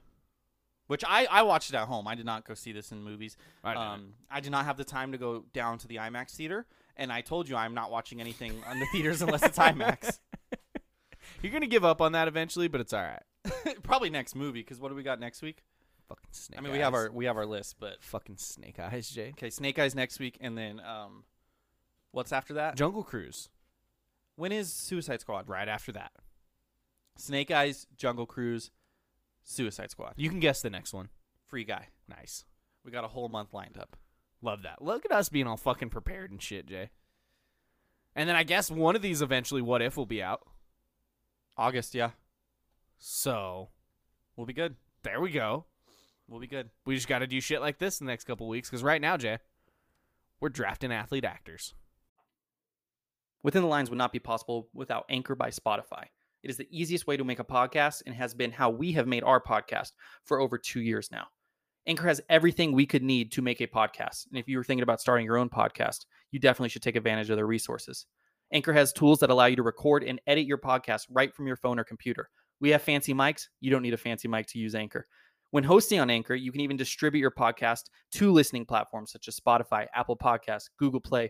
Which I I watched it at home. I did not go see this in movies.
I didn't.
um, I did not have the time to go down to the IMAX theater, and I told you I'm not watching anything on the theaters unless it's IMAX.
You're gonna give up on that eventually, but it's all right.
Probably next movie because what do we got next week?
Fucking snake.
I mean, we have
eyes.
our we have our list, but
fucking snake eyes, Jay.
okay, Snake Eyes next week, and then um, what's after that?
Jungle Cruise
When is Suicide Squad?
right after that.
Snake Eyes, Jungle Cruise, Suicide Squad,
You can guess the next one.
Free Guy.
Nice.
We got a whole month lined up.
Love that. Look at us being all fucking prepared and shit, Jay. And then I guess one of these eventually, What If, will be out.
August, yeah.
So
We'll be good.
there we go.
We'll be good.
We just got to do shit like this the next couple weeks because right now, Jay, we're drafting athlete actors.
Within the Lines would not be possible without Anchor by Spotify. It is the easiest way to make a podcast and has been how we have made our podcast for over two years now. Anchor has everything we could need to make a podcast. And if you were thinking about starting your own podcast, you definitely should take advantage of their resources. Anchor has tools that allow you to record and edit your podcast right from your phone or computer. We have fancy mics. You don't need a fancy mic to use Anchor. When hosting on Anchor, you can even distribute your podcast to listening platforms such as Spotify, Apple Podcasts, Google Play,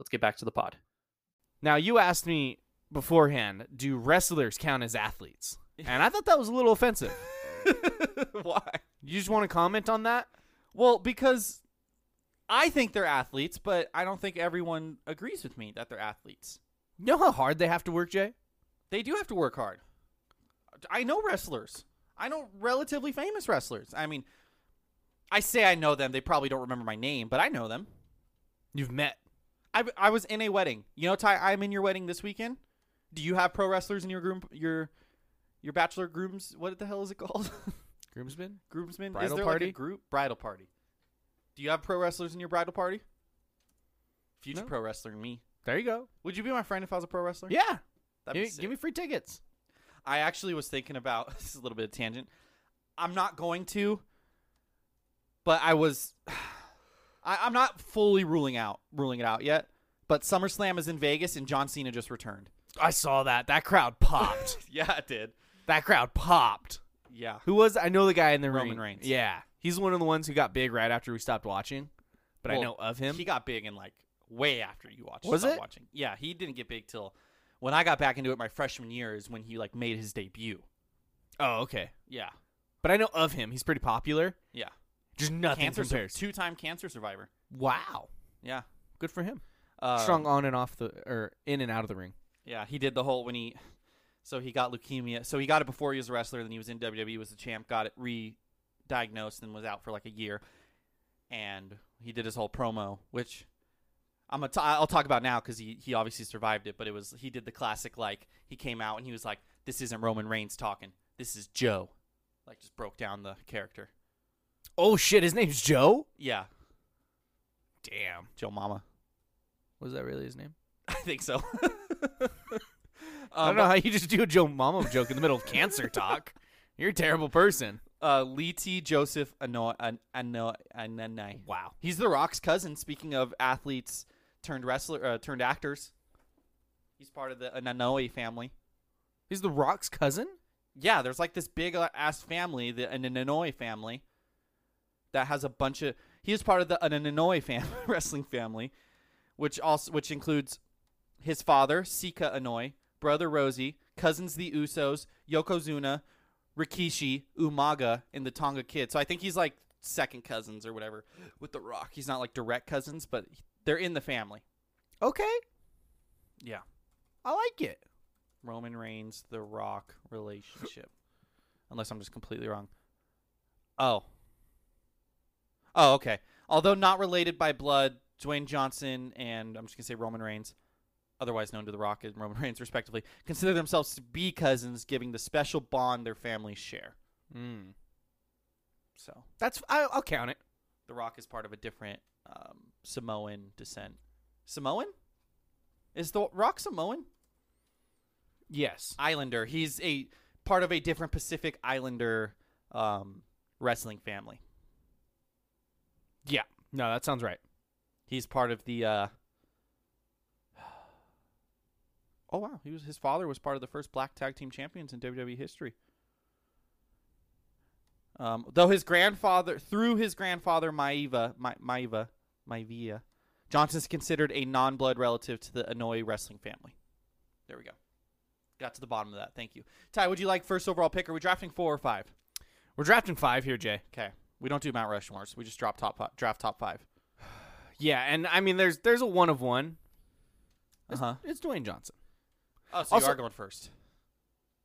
let's get back to the pod.
Now, you asked me beforehand, do wrestlers count as athletes? And I thought that was a little offensive.
Why?
You just want to comment on that?
Well, because I think they're athletes, but I don't think everyone agrees with me that they're athletes.
You know how hard they have to work, Jay?
They do have to work hard. I know wrestlers. I know relatively famous wrestlers. I mean, I say I know them. They probably don't remember my name, but I know them.
You've met.
I, I was in a wedding. You know, Ty, I'm in your wedding this weekend. Do you have pro wrestlers in your groom your your bachelor grooms? What the hell is it called?
Groomsmen?
Groomsmen? is
Bridal
there like
party?
a group bridal party? Do you have pro wrestlers in your bridal party? Future
No.
pro wrestler, me.
There you go.
Would you be my friend if I was a pro wrestler?
Yeah.
That'd
Give
be
me,
sick.
give me free tickets.
I actually was thinking about this is a little bit of tangent. I'm not going to, but I was. I, I'm not fully ruling out ruling it out yet. But SummerSlam is in Vegas, and John Cena just returned.
I saw that. That crowd popped.
Yeah, it did.
that crowd popped.
Yeah.
Who was I know the guy in the
Roman
ring.
Reigns.
Yeah. He's one of the ones who got big right after we stopped watching. But I
Well,
know of him.
He got big in like way after you watched.
Was
stopped
it?
watching? Yeah, he didn't get big till when I got back into it my freshman year is when he like made his debut.
oh, okay.
Yeah.
But I know of him. He's pretty popular.
Yeah.
Just nothing
Cancer
compares.
two-time cancer survivor.
wow. Uh,
Yeah.
Good for him.
Um,
Strong on and off the or in and out of the ring.
Yeah, he did the whole when he so he got leukemia. So he got it before he was a wrestler, then he was in WWE, was the champ, got it re diagnosed and was out for like a year. And he did his whole promo, which I'm gonna t- I'll talk about now because he, he obviously survived it, but it was he did the classic like he came out and he was like, This isn't Roman Reigns talking. This is Joe. Like just broke down the character.
Oh shit, his name's Joe?
Yeah.
Damn.
Joe Mama.
Was that really his name?
I think so.
I
Um,
don't know how you just do a Joe Mama joke in the middle of cancer talk. You're a terrible person.
uh, Lee T. Joseph Ano An- Ano Ananai.
Wow.
He's The Rock's cousin. Speaking of athletes turned wrestler uh, turned actors, he's part of the Ananoe family.
He's The Rock's cousin?
Yeah, there's like this big uh, ass family, the Ananoe family, that has a bunch of. He is part of the Ananoe fam- wrestling family, which also which includes his father Sika Anoy, brother Rosie, cousins the Usos, Yokozuna, Rikishi, Umaga, and the Tonga Kid. So I think he's like second cousins or whatever with The Rock. He's not like direct cousins, but they're in the family.
Okay.
Yeah,
I like it.
Roman Reigns, The Rock relationship. Unless I'm just completely wrong. Oh. Oh, okay. Although not related by blood, Dwayne Johnson and I'm just going to say Roman Reigns, otherwise known to The Rock and Roman Reigns respectively, consider themselves to be cousins, giving the special bond their families share.
Mm.
So,
That's I, I'll count it.
The Rock is part of a different um, Samoan descent. Samoan? Is The Rock Samoan?
Yes.
Islander. He's a part of a different Pacific Islander um, wrestling family.
Yeah. No, that sounds right.
He's part of the. Uh, oh wow, he was his father was part of the first Black Tag Team Champions in WWE history. Um, though his grandfather, through his grandfather Maiva, Ma- Maiva, Maivia. Johnson's considered a non-blood relative to the Inouye wrestling family. There we go. Got to the bottom of that. Thank you. Ty, would you like first overall pick? Are we drafting four or five?
We're drafting five here, Jay.
Okay. We don't do Mount Rushmores. We just drop top five, draft top five.
Yeah, and I mean, there's there's a one of one.
Uh huh.
It's Dwayne Johnson.
Oh, so
Also-
you are going first.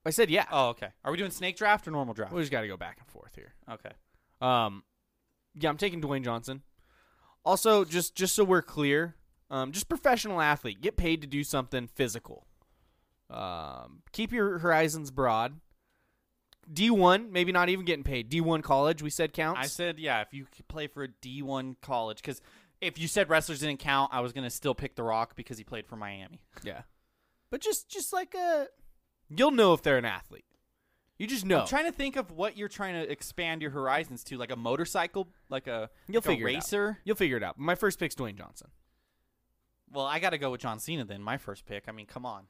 I said yeah.
Oh, okay. Are we doing snake draft or normal draft?
We just got to go back and forth here.
Okay.
Um, yeah, I'm taking Dwayne Johnson. Also, just just so we're clear, um, just professional athlete, get paid to do something physical. Um, keep your horizons broad. D1, maybe not even getting paid. D1 college, we said counts.
I said, yeah, if you could play for a D1 college, because if you said wrestlers didn't count, I was going to still pick The Rock because he played for Miami.
yeah, but just just like a, you'll know if they're an athlete. You just know.
I'm trying to think of what you're trying to expand your horizons to, like a motorcycle, like a,
You'll
like a
figure it out.
racer.
You'll figure it out. My first pick's Dwayne Johnson.
Well, I got to go with John Cena then, my first pick. I mean, come on.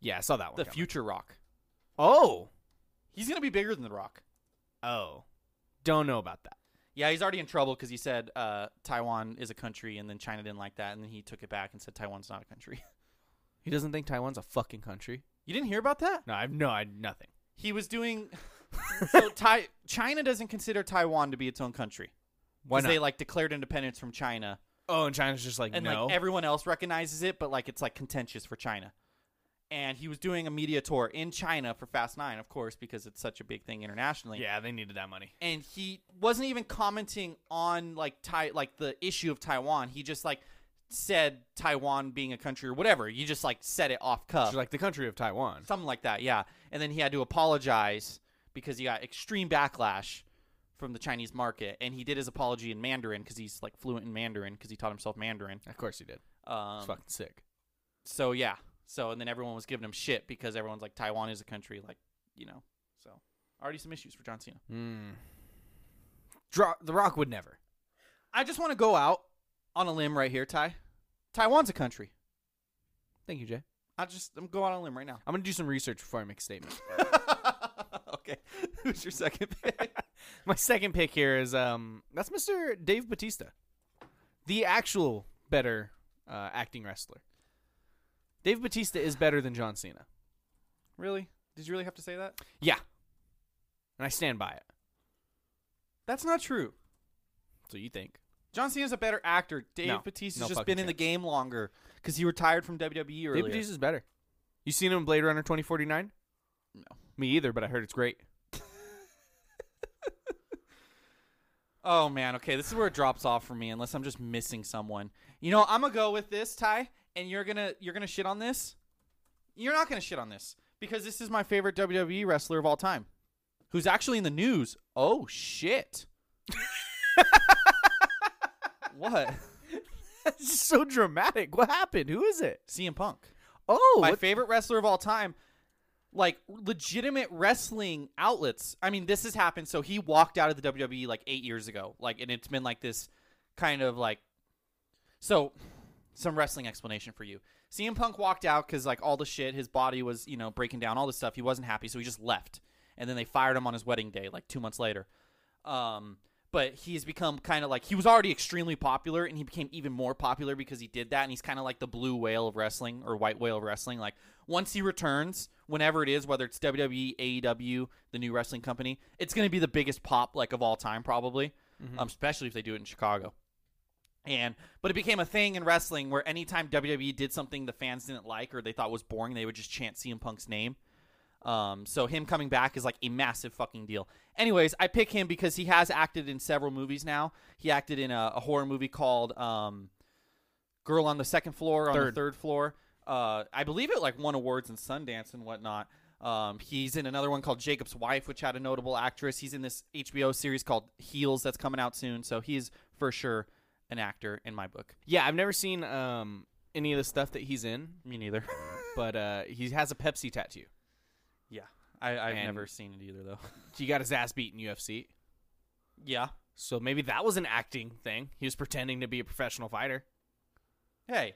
Yeah, I saw that one.
The
coming.
future Rock.
Oh,
He's going to be bigger than The Rock.
oh, don't know about that.
Yeah, he's already in trouble because he said uh, Taiwan is a country, and then China didn't like that, and then he took it back and said Taiwan's not a country.
He doesn't think Taiwan's a fucking country.
you didn't hear about that?
No, I've no, I nothing.
He was doing. so Tai China doesn't consider Taiwan to be its own country.
Why
Because
not?
they like declared independence from China,
oh, and China's just like
and
no.
like everyone else recognizes it, but like it's like contentious for China. And he was doing a media tour in China for Fast Nine, of course, because it's such a big thing internationally.
yeah, they needed that money.
And he wasn't even commenting on like Tai like the issue of Taiwan. He just like said Taiwan being a country or whatever. You just like said it off cuff,
She's like the country of Taiwan.
something like that. Yeah. And then he had to apologize because he got extreme backlash from the Chinese market, and he did his apology in Mandarin because he's like fluent in Mandarin because he taught himself Mandarin.
Of course he did.
Um,
It's fucking sick.
So yeah. So and then everyone was giving him shit because everyone's like Taiwan is a country, like you know. So already some issues for John Cena.
hmm. Dro- the Rock would never.
I just want to go out on a limb right here, Ty. Taiwan's a country.
Thank you, Jay.
I just I'm going out on a limb right now.
I'm gonna do some research before I make a statement.
okay. Who's your second pick?
My second pick here is um that's Mr. Dave Batista, the actual better uh, acting wrestler. Dave Batista is better than John Cena.
really? Did you really have to say that?
Yeah, and I stand by it.
That's not true.
So you think?
John Cena's a better actor. Dave
No.
Batista's
No
just
fucking
been in the
chance.
game longer because he retired from WWE earlier.
Dave Batista's better. You seen him in Blade Runner 2049?
No.
Me either, but I heard it's great.
Oh man, okay, this is where it drops off for me unless I'm just missing someone. You know, I'm gonna go with this, Ty, and you're gonna you're gonna shit on this. You're not gonna shit on this because this is my favorite WWE wrestler of all time, who's actually in the news. Oh shit! what?
That's just so dramatic. What happened? Who is it?
CM Punk,
Oh,
my
what-
favorite wrestler of all time. Like legitimate wrestling outlets. I mean, this has happened. So he walked out of the WWE like eight years ago. Like, and it's been like this kind of like So, some wrestling explanation for you. CM Punk walked out because like all the shit, his body was you know breaking down, all this stuff. He wasn't happy, so he just left. And then they fired him on his wedding day, like two months later. Um, but he's become kind of like he was already extremely popular, and he became even more popular because he did that. And he's kind of like the blue whale of wrestling or white whale of wrestling. Like once he returns, whenever it is, whether it's E, WWE, AEW, the new wrestling company, it's going to be the biggest pop like of all time, probably. Um, especially if they do it in Chicago. And but it became a thing in wrestling where anytime WWE did something the fans didn't like or they thought was boring, they would just chant CM Punk's name. Um, so him coming back is like a massive fucking deal. Anyways, I pick him because he has acted in several movies now. He acted in a, a horror movie called um, "Girl on the Second Floor" on the
Third.
third floor. Uh, I believe it like won awards in Sundance and whatnot. Um, he's in another one called Jacob's Wife, which had a notable actress. He's in this HBO series called Heels that's coming out soon. So he's for sure an actor in my book.
Yeah, I've never seen um any of the stuff that he's in,
Me neither.
but uh he has a Pepsi tattoo.
yeah, I, I've
And-
never seen it either though.
He got his ass beat in UFC.
yeah.
So maybe that was an acting thing. He was pretending to be a professional fighter.
Hey.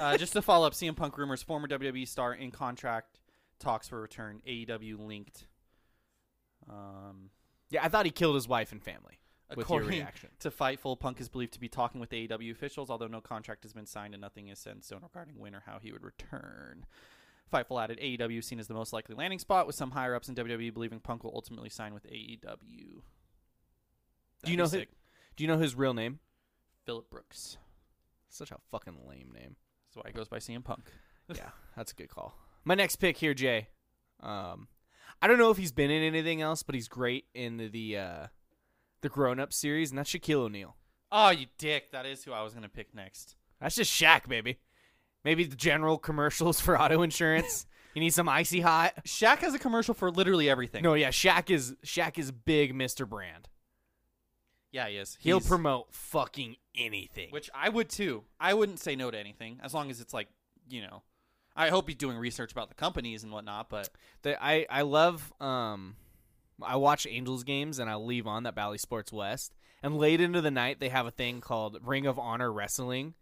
uh, just to follow up, CM Punk rumors: former WWE star in contract talks for return. AEW linked. Um,
Yeah, I thought he killed his wife and family. with your
According
reaction.
to Fightful, Punk is believed to be talking with AEW officials, although no contract has been signed and nothing is said in stone regarding when or how he would return. Fightful added AEW is seen as the most likely landing spot, with some higher ups in WWE believing Punk will ultimately sign with AEW.
Do you
That'd
know
be
who-
sick.
Do you know his real name?
Philip Brooks?
Such a fucking lame name.
That's why he goes by CM Punk.
yeah, that's a good call. My next pick here, Jay. Um, I don't know if he's been in anything else, but he's great in the the, uh, the grown up series, and that's Shaquille O'Neal.
Oh, you dick! That is who I was gonna pick next.
That's just Shaq, baby. Maybe the general commercials for auto insurance. you need some icy hot.
Shaq has a commercial for literally everything.
No, yeah, Shaq is Shaq is big, Mister Brand.
yeah, he is.
He'll
He's-
promote fucking anything.
Which I would too. I wouldn't say no to anything as long as it's like, you know, I hope he's doing research about the companies and whatnot. But
The, I I love um I watch Angels games and I leave on that Bally Sports West and late into the night they have a thing called Ring of Honor Wrestling,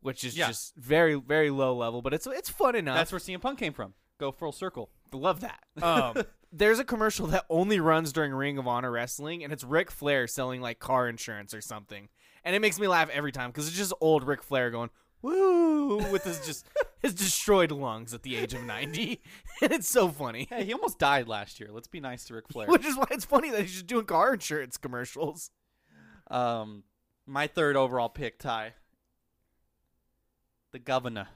which is
Yeah.
just very very low level, but it's it's fun enough.
that's where CM Punk came from. Go full circle.
love that. Um, there's a commercial that only runs during Ring of Honor Wrestling and it's Ric Flair selling like car insurance or something, and it makes me laugh every time because it's just old Ric Flair going. Woo! With his just his destroyed lungs at the age of ninety, and it's so funny.
Hey, he almost died last year. Let's be nice to Ric Flair.
Which is why it's funny that he's just doing car insurance commercials.
um, my third overall pick, Ty. The governor,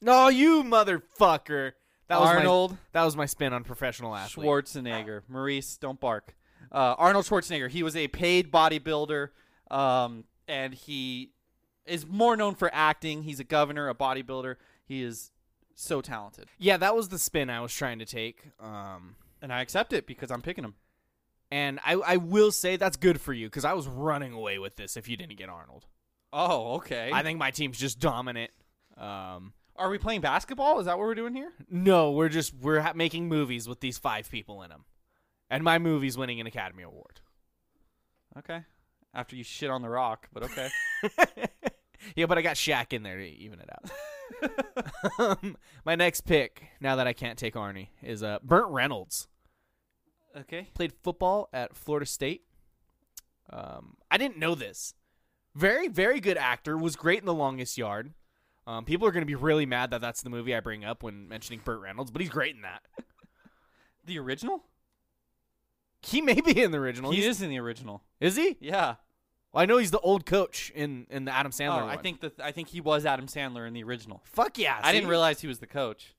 No, you motherfucker. That was
Arnold
My, that was my spin on professional athlete.
Schwarzenegger. Maurice, don't bark. Uh, Arnold Schwarzenegger. He was a paid bodybuilder, um, and he is more known for acting. He's a governor, a bodybuilder. He is so talented.
Yeah, that was the spin I was trying to take. Um,
and I accept it because I'm picking him.
and I, I will say that's good for you because I was running away with this. If you didn't get Arnold,
Oh, okay.
I think my team's just dominant. Um,
Are we playing basketball? Is that what we're doing here?
no, we're just we're ha- making movies with these five people in them, and my movie's winning an Academy Award.
Okay. After you shit on the rock, but okay.
yeah, but I got Shaq in there to even it out. um, my next pick, now that I can't take Arnie, is uh, Burt Reynolds.
okay.
Played football at Florida State. Um, I didn't know this. Very, very good actor. Was great in The Longest Yard. Um, people are going to be really mad that that's the movie I bring up when mentioning Burt Reynolds, but he's great in that.
The original?
He may be in the original.
he
He's-
is in the original.
Is he?
Yeah.
Well, I know he's the old coach in, in the Adam Sandler.
Oh, I
one.
think that I think he was Adam Sandler in the original.
Fuck yeah!
I didn't
see?
realize he was the coach.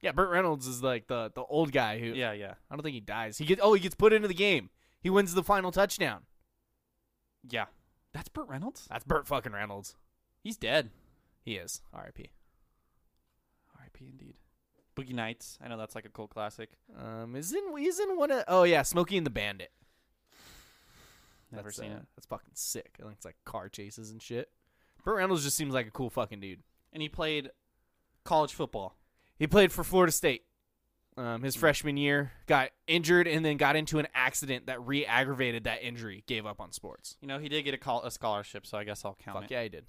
Yeah, Burt Reynolds is like the the old guy who.
Yeah, yeah.
I don't think he dies. He gets oh he gets put into the game. He wins the final touchdown.
Yeah. That's Burt Reynolds?
That's Burt fucking Reynolds.
He's dead.
He is R.I.P.
R.I.P. indeed. Boogie Nights. I know that's like a cult classic.
Um, is in he's in one of oh yeah Smokey and the Bandit.
Never
that's,
seen
uh,
it.
That's fucking sick. I think it's like car chases and shit. Burt Reynolds just seems like a cool fucking dude.
And he played college football.
He played for Florida State. Um, his freshman year got injured and then got into an accident that re-aggravated that injury. Gave up on sports.
You know, he did get a, col- a scholarship, so I guess I'll count
Fuck
it.
yeah, he did.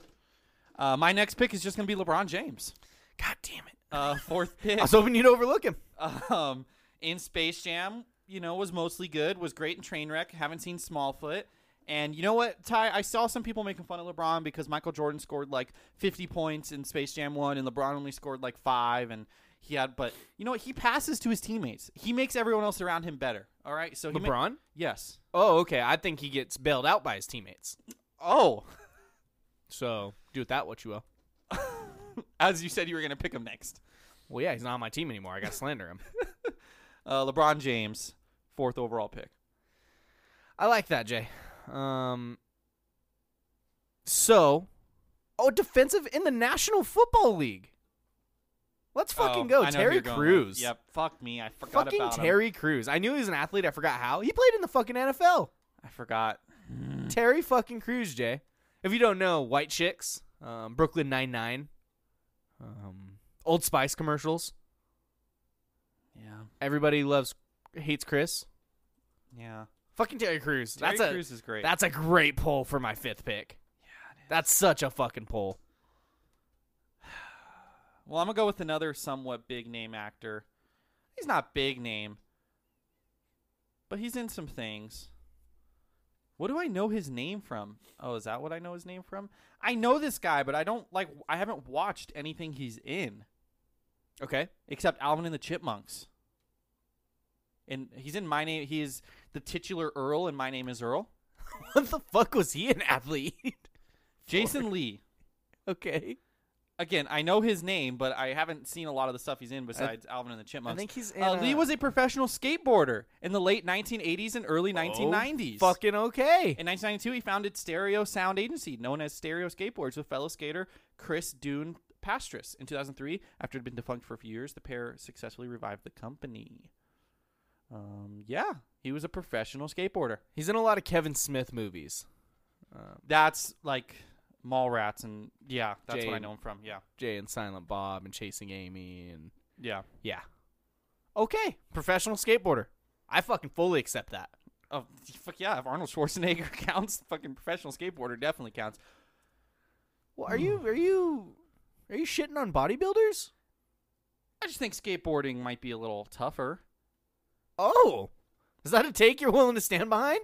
Uh, my next pick is just going to be LeBron James.
God damn it!
Uh, fourth pick.
I was hoping you'd overlook him.
um, in Space Jam, you know, was mostly good, was great in Trainwreck, haven't seen Smallfoot. And you know what, Ty? I saw some people making fun of LeBron because Michael Jordan scored like 50 points in Space Jam 1 and LeBron only scored like 5 and he had but you know what? He passes to his teammates. He makes everyone else around him better. All right? So he ma-
LeBron.
yes.
Oh, okay. I think he gets bailed out by his teammates.
Oh.
So do with that what you will.
As you said you were going to pick him next.
Well, yeah, he's not on my team anymore. I got to slander him.
Uh, LeBron James, fourth overall pick.
I like that, Jay. Um, so, oh, defensive in the National Football League. Let's
Oh, I
fucking
know
go,
who
Terry
you're going with.
Crews.
Yep, fuck me. I forgot
Fucking
about him.
Terry Crews. I knew he was an athlete. I forgot how. He played in the fucking NFL.
I forgot.
Terry fucking Crews, Jay. If you don't know, White Chicks, um, Brooklyn Nine Nine, um, Old Spice commercials.
Yeah.
Everybody loves hates Chris.
Yeah.
Fucking Terry Crews.
Terry
that's
Crews
a
is great.
that's a great poll for my fifth pick. Yeah, that's such a fucking poll.
Well, I'm gonna go with another somewhat big name actor. He's not big name, but he's in some things. What do I know his name from? Oh, is that what I know his name from? I know this guy, but I don't like. I haven't watched anything he's in
Okay.
except Alvin and the Chipmunks. And he's in my name. He is the titular Earl, and my name is Earl.
What the fuck was he an athlete?
Jason Lee.
okay.
Again, I know his name, but I haven't seen a lot of the stuff he's in besides Alvin and the Chipmunks.
think he's in,
uh, Lee
uh,
was a professional skateboarder in the late 1980s and early 1990s.
Fucking okay.
In 1992, he founded Stereo Sound Agency, known as Stereo Skateboards, with fellow skater Chris Dune Pastris. In 2003, after it had been defunct for a few years, the pair successfully revived the company. Um, yeah, he was a professional skateboarder.
He's in a lot of Kevin Smith movies. Oh.
That's like Mallrats, and yeah, that's what I
Jane.
know him from. Yeah,
Jay and Silent Bob and Chasing Amy and
yeah.
yeah. Okay, professional skateboarder. I fucking fully accept that.
Oh, fuck yeah! If Arnold Schwarzenegger counts, fucking professional skateboarder definitely counts.
Well, are you are you are you shitting on bodybuilders?
I just think skateboarding might be a little tougher.
Oh, is that a take you're willing to stand behind?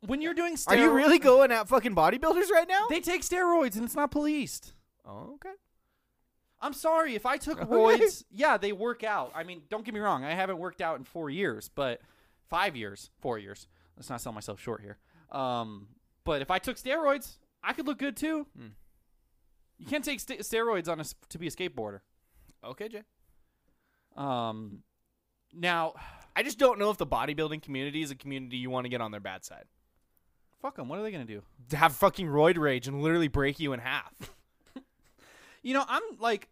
When you're doing,
Are you
stero-
really going at fucking bodybuilders right now?
They take steroids, and it's not policed.
oh, okay.
I'm sorry if I took
Okay.
roids. Yeah, they work out. I mean, don't get me wrong. I haven't worked out in four years, but five years, four years. Let's not sell myself short here. Um, but if I took steroids, I could look good too.
Hmm.
You can't take st- steroids on a s to be a skateboarder.
Okay, Jay.
Um, now,
I just don't know if the bodybuilding community is a community you want to get on their bad side.
fuck them. What are they gonna do?
To have fucking roid rage and literally break you in half.
You know, I'm like,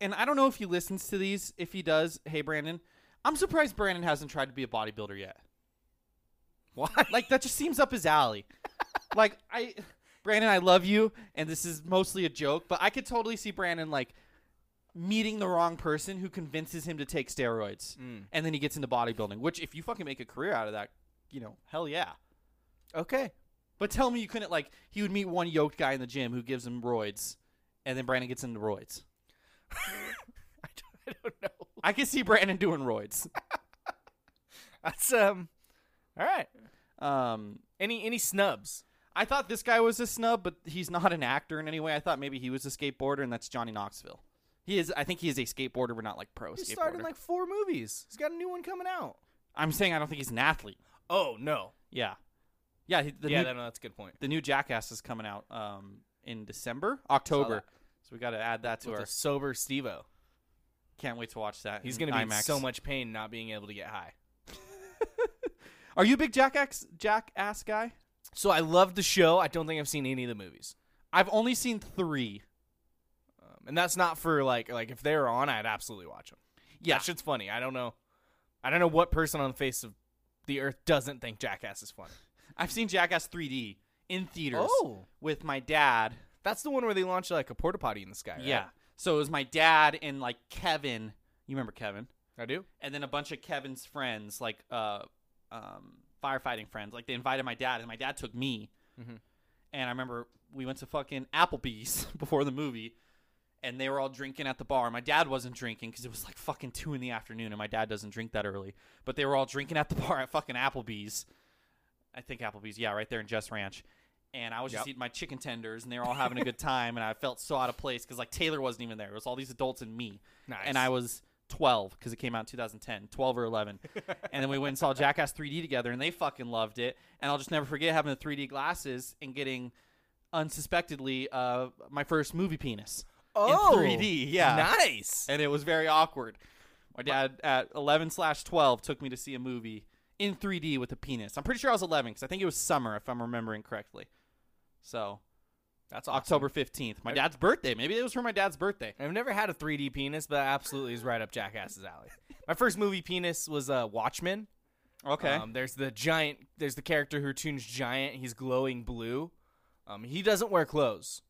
and I don't know if he listens to these. If he does, hey Brandon, I'm surprised Brandon hasn't tried to be a bodybuilder yet.
Why?
Like that just seems up his alley. like I, Brandon, I love you, and this is mostly a joke, but I could totally see Brandon like meeting the wrong person who convinces him to take steroids,
Mm.
and then he gets into bodybuilding. Which, if you fucking make a career out of that, you know, hell yeah.
okay.
But tell me you couldn't like he would meet one yoked guy in the gym who gives him roids, and then Brandon gets into roids.
I don't, I don't know.
I can see Brandon doing roids.
That's um. All right.
Um,
Any any snubs?
I thought this guy was a snub, but he's not an actor in any way. I thought maybe he was a skateboarder, and that's Johnny Knoxville. He is. I think he is a skateboarder, but not like pro
He
skateboarder.
started like four movies. He's got a new one coming out.
I'm saying, I don't think he's an athlete.
Oh no.
Yeah, yeah. he- The,
yeah, uh,
new,
no, that's a good point.
the new Jackass is coming out um, in December, October. So we got to add that to
With
our.
a sober Stevo.
Can't wait to watch that.
He's
in
gonna be in
IMAX.
so much pain not being able to get high.
Are you a big Jackass Jackass guy?
So I love the show. I don't think I've seen any of the movies,
I've only seen three.
um, and that's not for like like if they're on, I'd absolutely watch them.
Yeah,
that shit's funny. I don't know, I don't know what person on the face of the earth doesn't think Jackass is funny.
I've seen Jackass 3D in theaters
Oh.
with my dad.
That's the one where they launched like a porta potty in the sky. Right?
Yeah. So it was my dad and like Kevin. You remember Kevin?
I do.
And then a bunch of Kevin's friends, like uh, um, firefighting friends. Like they invited my dad, and my dad took me.
Mm-hmm.
And I remember we went to fucking Applebee's before the movie, and they were all drinking at the bar. My dad wasn't drinking because it was like fucking two in the afternoon, and my dad doesn't drink that early. But they were all drinking at the bar at fucking Applebee's. I think Applebee's, yeah, right there in Jess Ranch. And I was just
Yep.
eating my chicken tenders, and they were all having a good time, and I felt so out of place because like Taylor wasn't even there. It was all these adults and me,
Nice.
and I was 12 because it came out in 2010, 12 or 11. and then we went and saw Jackass 3D together, and they fucking loved it. And I'll just never forget having the 3D glasses and getting unsuspectedly uh, my first movie penis in 3D. Yeah,
Oh, Nice.
and it was very awkward. My dad at 11 slash 12 took me to see a movie in 3D with a penis. I'm pretty sure I was 11 because I think it was summer, if I'm remembering correctly. So
That's
October 15th, my dad's birthday. Maybe it was for my dad's birthday.
I've never had a 3D penis, but that absolutely is right up Jackass's alley. My first movie penis was uh, Watchmen.
Okay.
Um, there's the giant. There's the character who turns giant. He's glowing blue. Um, he doesn't wear clothes,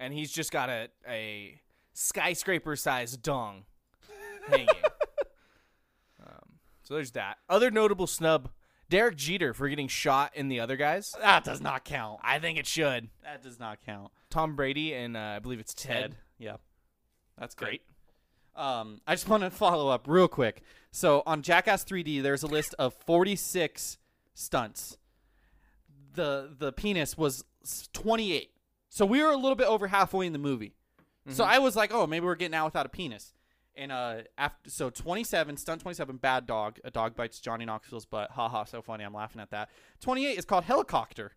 and he's just got a a skyscraper sized dong hanging. um, so there's that. Other notable snub: Derek Jeter for getting shot in the other guys.
that does not count.
I think it should.
That does not count.
Tom Brady and uh, I believe it's Ted.
Yeah. That's
Great.
Um, I just want to follow up real quick. So on Jackass 3D, there's a list of 46 stunts. the the penis was s- 28. So we were a little bit over halfway in the movie. So
Mm-hmm.
I was like, oh, maybe we're getting out without a penis. And uh, after so 27, stunt 27, bad dog. A dog bites Johnny Knoxville's butt. Haha, so funny. I'm laughing at that. 28 is called helicopter.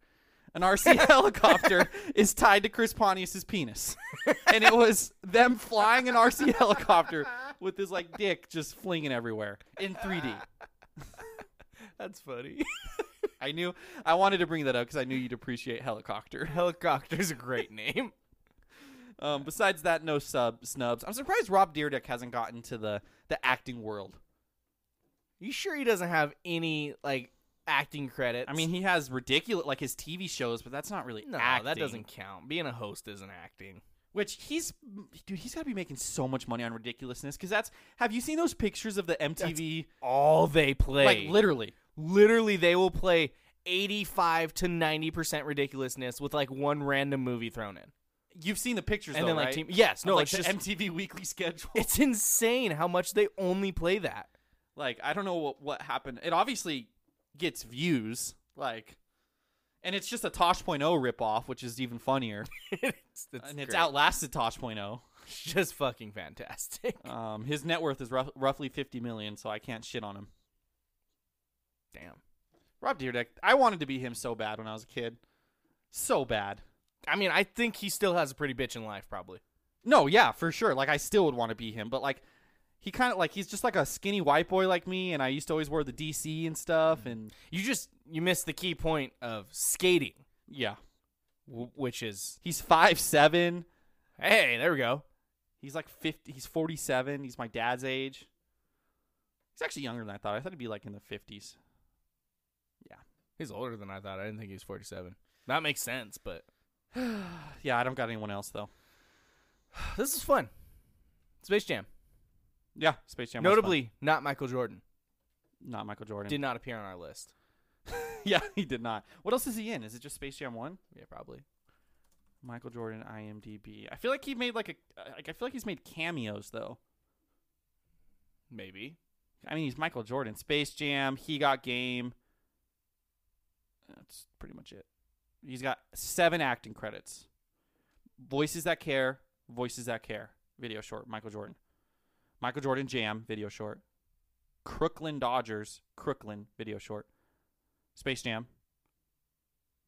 An RC helicopter is tied to Chris Pontius's penis, and it was them flying an RC helicopter with his like dick just flinging everywhere in 3D.
That's funny.
I knew I wanted to bring that up because I knew you'd appreciate helicopter.
Helicopter's a great name.
Um, besides that, no sub snubs. I'm surprised Rob Deerdick hasn't gotten to the the acting world.
You sure he doesn't have any like acting credits?
I mean, he has ridiculous like his TV shows, but that's not really
no,
acting.
that doesn't count. Being a host isn't acting.
Which he's dude, he's got to be making so much money on ridiculousness because that's. Have you seen those pictures of the MTV?
All they play,
Like literally,
literally, they will play eighty-five to ninety percent ridiculousness with like one random movie thrown in,
you've seen the pictures
and
though,
then like
right?
team- yes,
Of,
no,
like
it's
the
just
MTV weekly schedule.
it's insane how much they only play that.
Like I don't know what what happened. It obviously gets views. Like, and it's just a Tosh.0 ripoff, which is even funnier.
it's, it's
and it's
great.
outlasted oh. Tosh.0.
just fucking fantastic.
Um, his net worth is rough, roughly fifty million, so I can't shit on him.
Damn.
Rob Deerdeck, I wanted to be him so bad when I was a kid, so bad.
I mean, I think he still has a pretty bitch in life, probably.
No, yeah, for sure. Like I still would want to be him, but like he kind of like he's just like a skinny white boy like me, and I used to always wear the DC and
Mm-hmm.
stuff, and
You just you missed the key point of skating,
yeah,
w- which is
he's five seven.
hey, there we go.
He's like fifty. He's forty seven. He's my dad's age. He's actually younger than I thought. I thought he'd be like in the fifties.
He's older than I thought. I didn't think he was 47. That makes sense, but
Yeah, I don't got anyone else though.
this is fun. Space Jam.
Yeah, Space Jam. was fun.
Notably, not Michael Jordan.
not Michael Jordan.
Did not appear on our list.
yeah, he did not. What else is he in? Is it just Space Jam One?
Yeah, probably.
Michael Jordan, IMDb. I feel like he made like a like I feel like he's made cameos though.
Maybe.
I mean, he's Michael Jordan. Space Jam. He got game. That's pretty much it. He's got seven acting credits. Voices that care. Voices that care. Video short. Michael Jordan. Michael Jordan Jam. Video short. Crooklyn Dodgers. Crooklyn. Video short. Space Jam.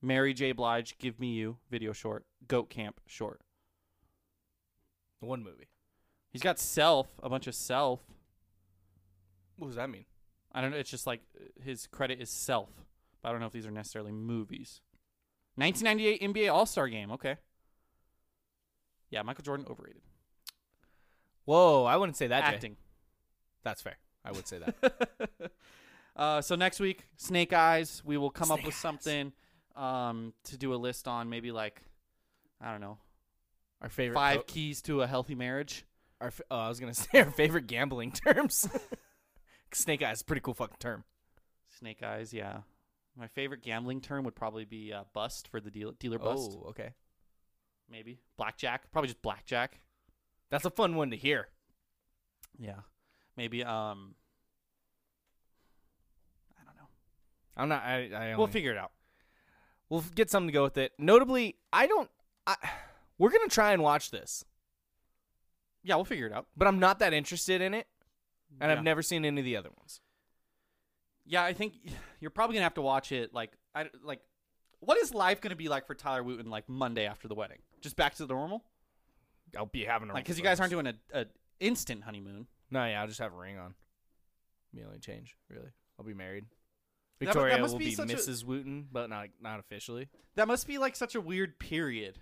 Mary J. Blige. Give Me You. Video short. Goat Camp. Short.
The one movie.
He's got Self. A bunch of Self.
What does that mean?
I don't know. It's just like uh, his credit is self. But I don't know if these are necessarily movies. 1998 NBA All Star Game. Okay. Yeah, Michael Jordan overrated.
Whoa, I wouldn't say that. Jay.
Acting.
That's fair. I would say that.
uh, so next week, Snake Eyes. We will come up with something um, to do a list on. Maybe like I don't know,
our favorite
five
oh,
keys to a healthy marriage.
our f- oh, I was gonna say our favorite gambling terms. Snake eyes, pretty cool fucking term.
Snake Eyes. Yeah. My favorite gambling term would probably be uh, bust for the deal- dealer bust.
Oh, okay.
Maybe blackjack. Probably just blackjack.
That's a fun one to hear.
Yeah. Maybe um I don't know.
I'm not. I. I only,
We'll figure it out.
We'll f- get something to go with it. Notably, I don't. I, we're gonna try and watch this,
Yeah, we'll figure it out.
but I'm not that interested in it, and
Yeah.
I've never seen any of the other ones.
Yeah, I think you're probably going to have to watch it like I like what is life going to be like for Tyler Wooten like Monday after the wedding? Just back to the normal?
I'll be having a
Like cuz you guys aren't doing a, a instant honeymoon.
No, yeah, I'll just have a ring on. Me only change really. I'll be married.
That mu- that
Victoria
must
will
be
be,
such a-
Mrs. Wooten, but not not officially.
That must be like such a weird period.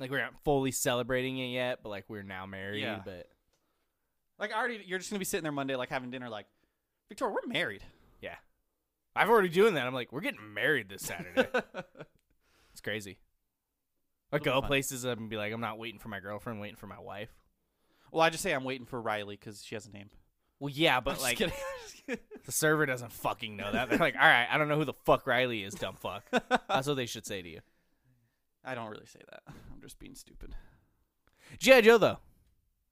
Like we're not fully celebrating it yet, but like we're now married.
Yeah.
But
Like I already you're just going to be sitting there Monday like having dinner like Victoria, we're married.
yeah, I've already doing that. I'm like, we're getting married this Saturday. It's crazy. I
It'll be
go
fun.
places and be like, I'm not waiting for my girlfriend, waiting for my wife.
well, I just say I'm waiting for Riley cuz she has a name.
Well, yeah, but
I'm just
like
kidding.
the server doesn't fucking know that. They're like, all right, I don't know who the fuck Riley is, dumb fuck. That's what they should say to you.
I don't really say that. I'm just being stupid.
GI Joe though.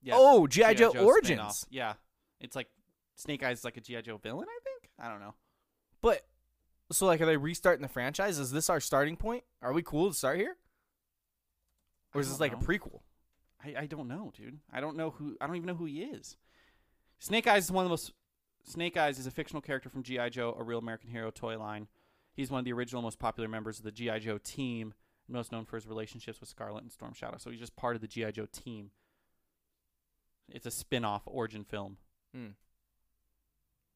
Yeah.
Oh, G.I. Joe
spinoff.
Origins.
Yeah, it's like Snake Eyes is like a GI Joe villain. I think I don't know.
But So like, are they restarting the franchise? Is this our starting point? Are we cool to start here? Or is
I
this
don't
like
know.
a prequel?
I, I don't know, dude. I don't know who. I don't even know who he is. Snake Eyes is one of the most. Snake Eyes is a fictional character from GI Joe, a real American hero toy line. He's one of the original most popular members of the GI Joe team, most known for his relationships with Scarlet and Storm Shadow. So he's just part of the GI Joe team. It's a spin-off origin film.
Hmm.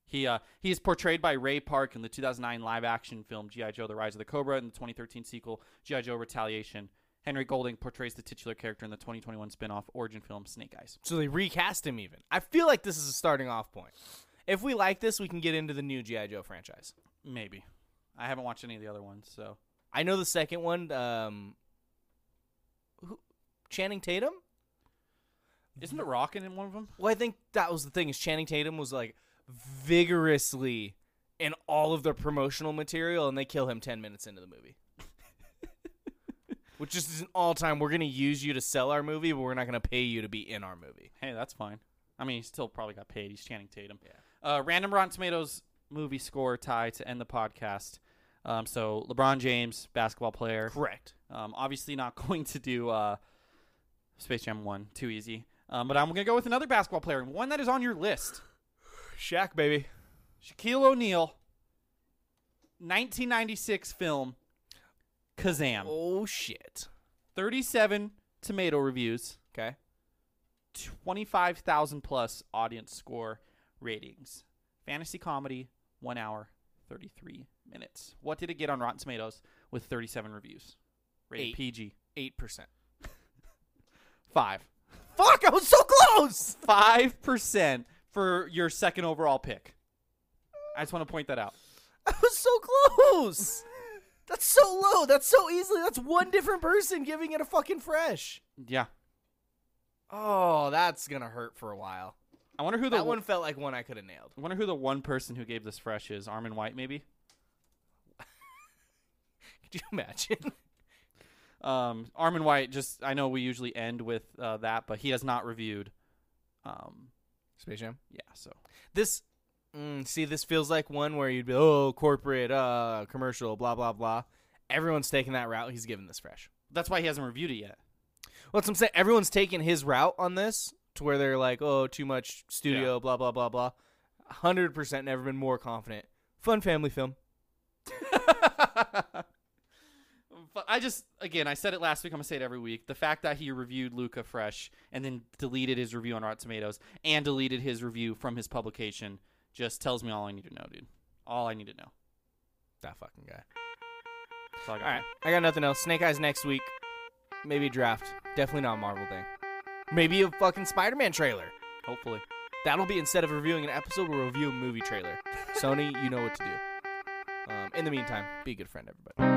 He uh, he is portrayed by Ray Park in the 2009 live-action film G.I. Joe: The Rise of the Cobra and the 2013 sequel G.I. Joe: Retaliation. Henry Golding portrays the titular character in the 2021 spin-off origin film Snake Eyes.
So they recast him even. I feel like this is a starting off point. If we like this, we can get into the new GI Joe franchise.
Maybe. I haven't watched any of the other ones, so
I know the second one. Um, who, Channing Tatum.
isn't it rocking in one of them?
Well, I think that was the thing is Channing Tatum was like vigorously in all of their promotional material, and they kill him ten minutes into the movie. Which just is an all time. We're gonna use you to sell our movie, but we're not gonna pay you to be in our movie.
Hey, that's fine. I mean, he still probably got paid. He's Channing Tatum. Yeah. Uh, random Rotten Tomatoes movie score tie to end the podcast. Um, so LeBron James, basketball player.
Correct.
Um, obviously not going to do uh, Space Jam One too easy. Um, but I'm gonna go with another basketball player, one that is on your list,
Shaq, baby.
Shaquille O'Neal. 1996 film, Kazam.
Oh shit.
37 tomato reviews,
Okay.
25,000 plus audience score ratings. Fantasy comedy, one hour, 33 minutes. What did it get on Rotten Tomatoes with 37 reviews? Rated
Eight.
PG.
Eight percent.
Five.
Fuck! I was so close.
five percent for your second overall pick. I just want to point that out.
I was so close. That's so low. That's so easily. That's one different person giving it a fucking fresh.
Yeah,
Oh, that's gonna hurt for a while.
I wonder who the
That one felt like one I could have nailed.
I wonder who the one person who gave this fresh is. Armin White, maybe.
Could you imagine?
Um, Armin White. Just I know we usually end with uh, that, but he has not reviewed. Um,
Space Jam.
yeah. So
This, mm, see, this feels like one where you'd be, oh, corporate, uh, commercial, blah blah blah. Everyone's taking that route. He's giving this fresh.
that's why he hasn't reviewed it yet.
Well, that's what I'm saying. Everyone's taking his route on this to where they're like, oh, too much studio, blah, blah, blah, blah. 100% never been more confident. Fun family film.
But I just again I said it last week. I'm gonna say it every week. The fact that he reviewed Luca fresh and then deleted his review on Rotten Tomatoes and deleted his review from his publication just tells me all I need to know, dude. All I need to know.
That fucking guy.
That's all I got.
All right. I got nothing else. Snake Eyes next week. Maybe a draft. Definitely not a Marvel thing. Maybe a fucking Spider Man trailer.
Hopefully.
That'll be instead of reviewing an episode, we'll review a movie trailer. Sony, you know what to do. Um, in the meantime, be a good friend, everybody.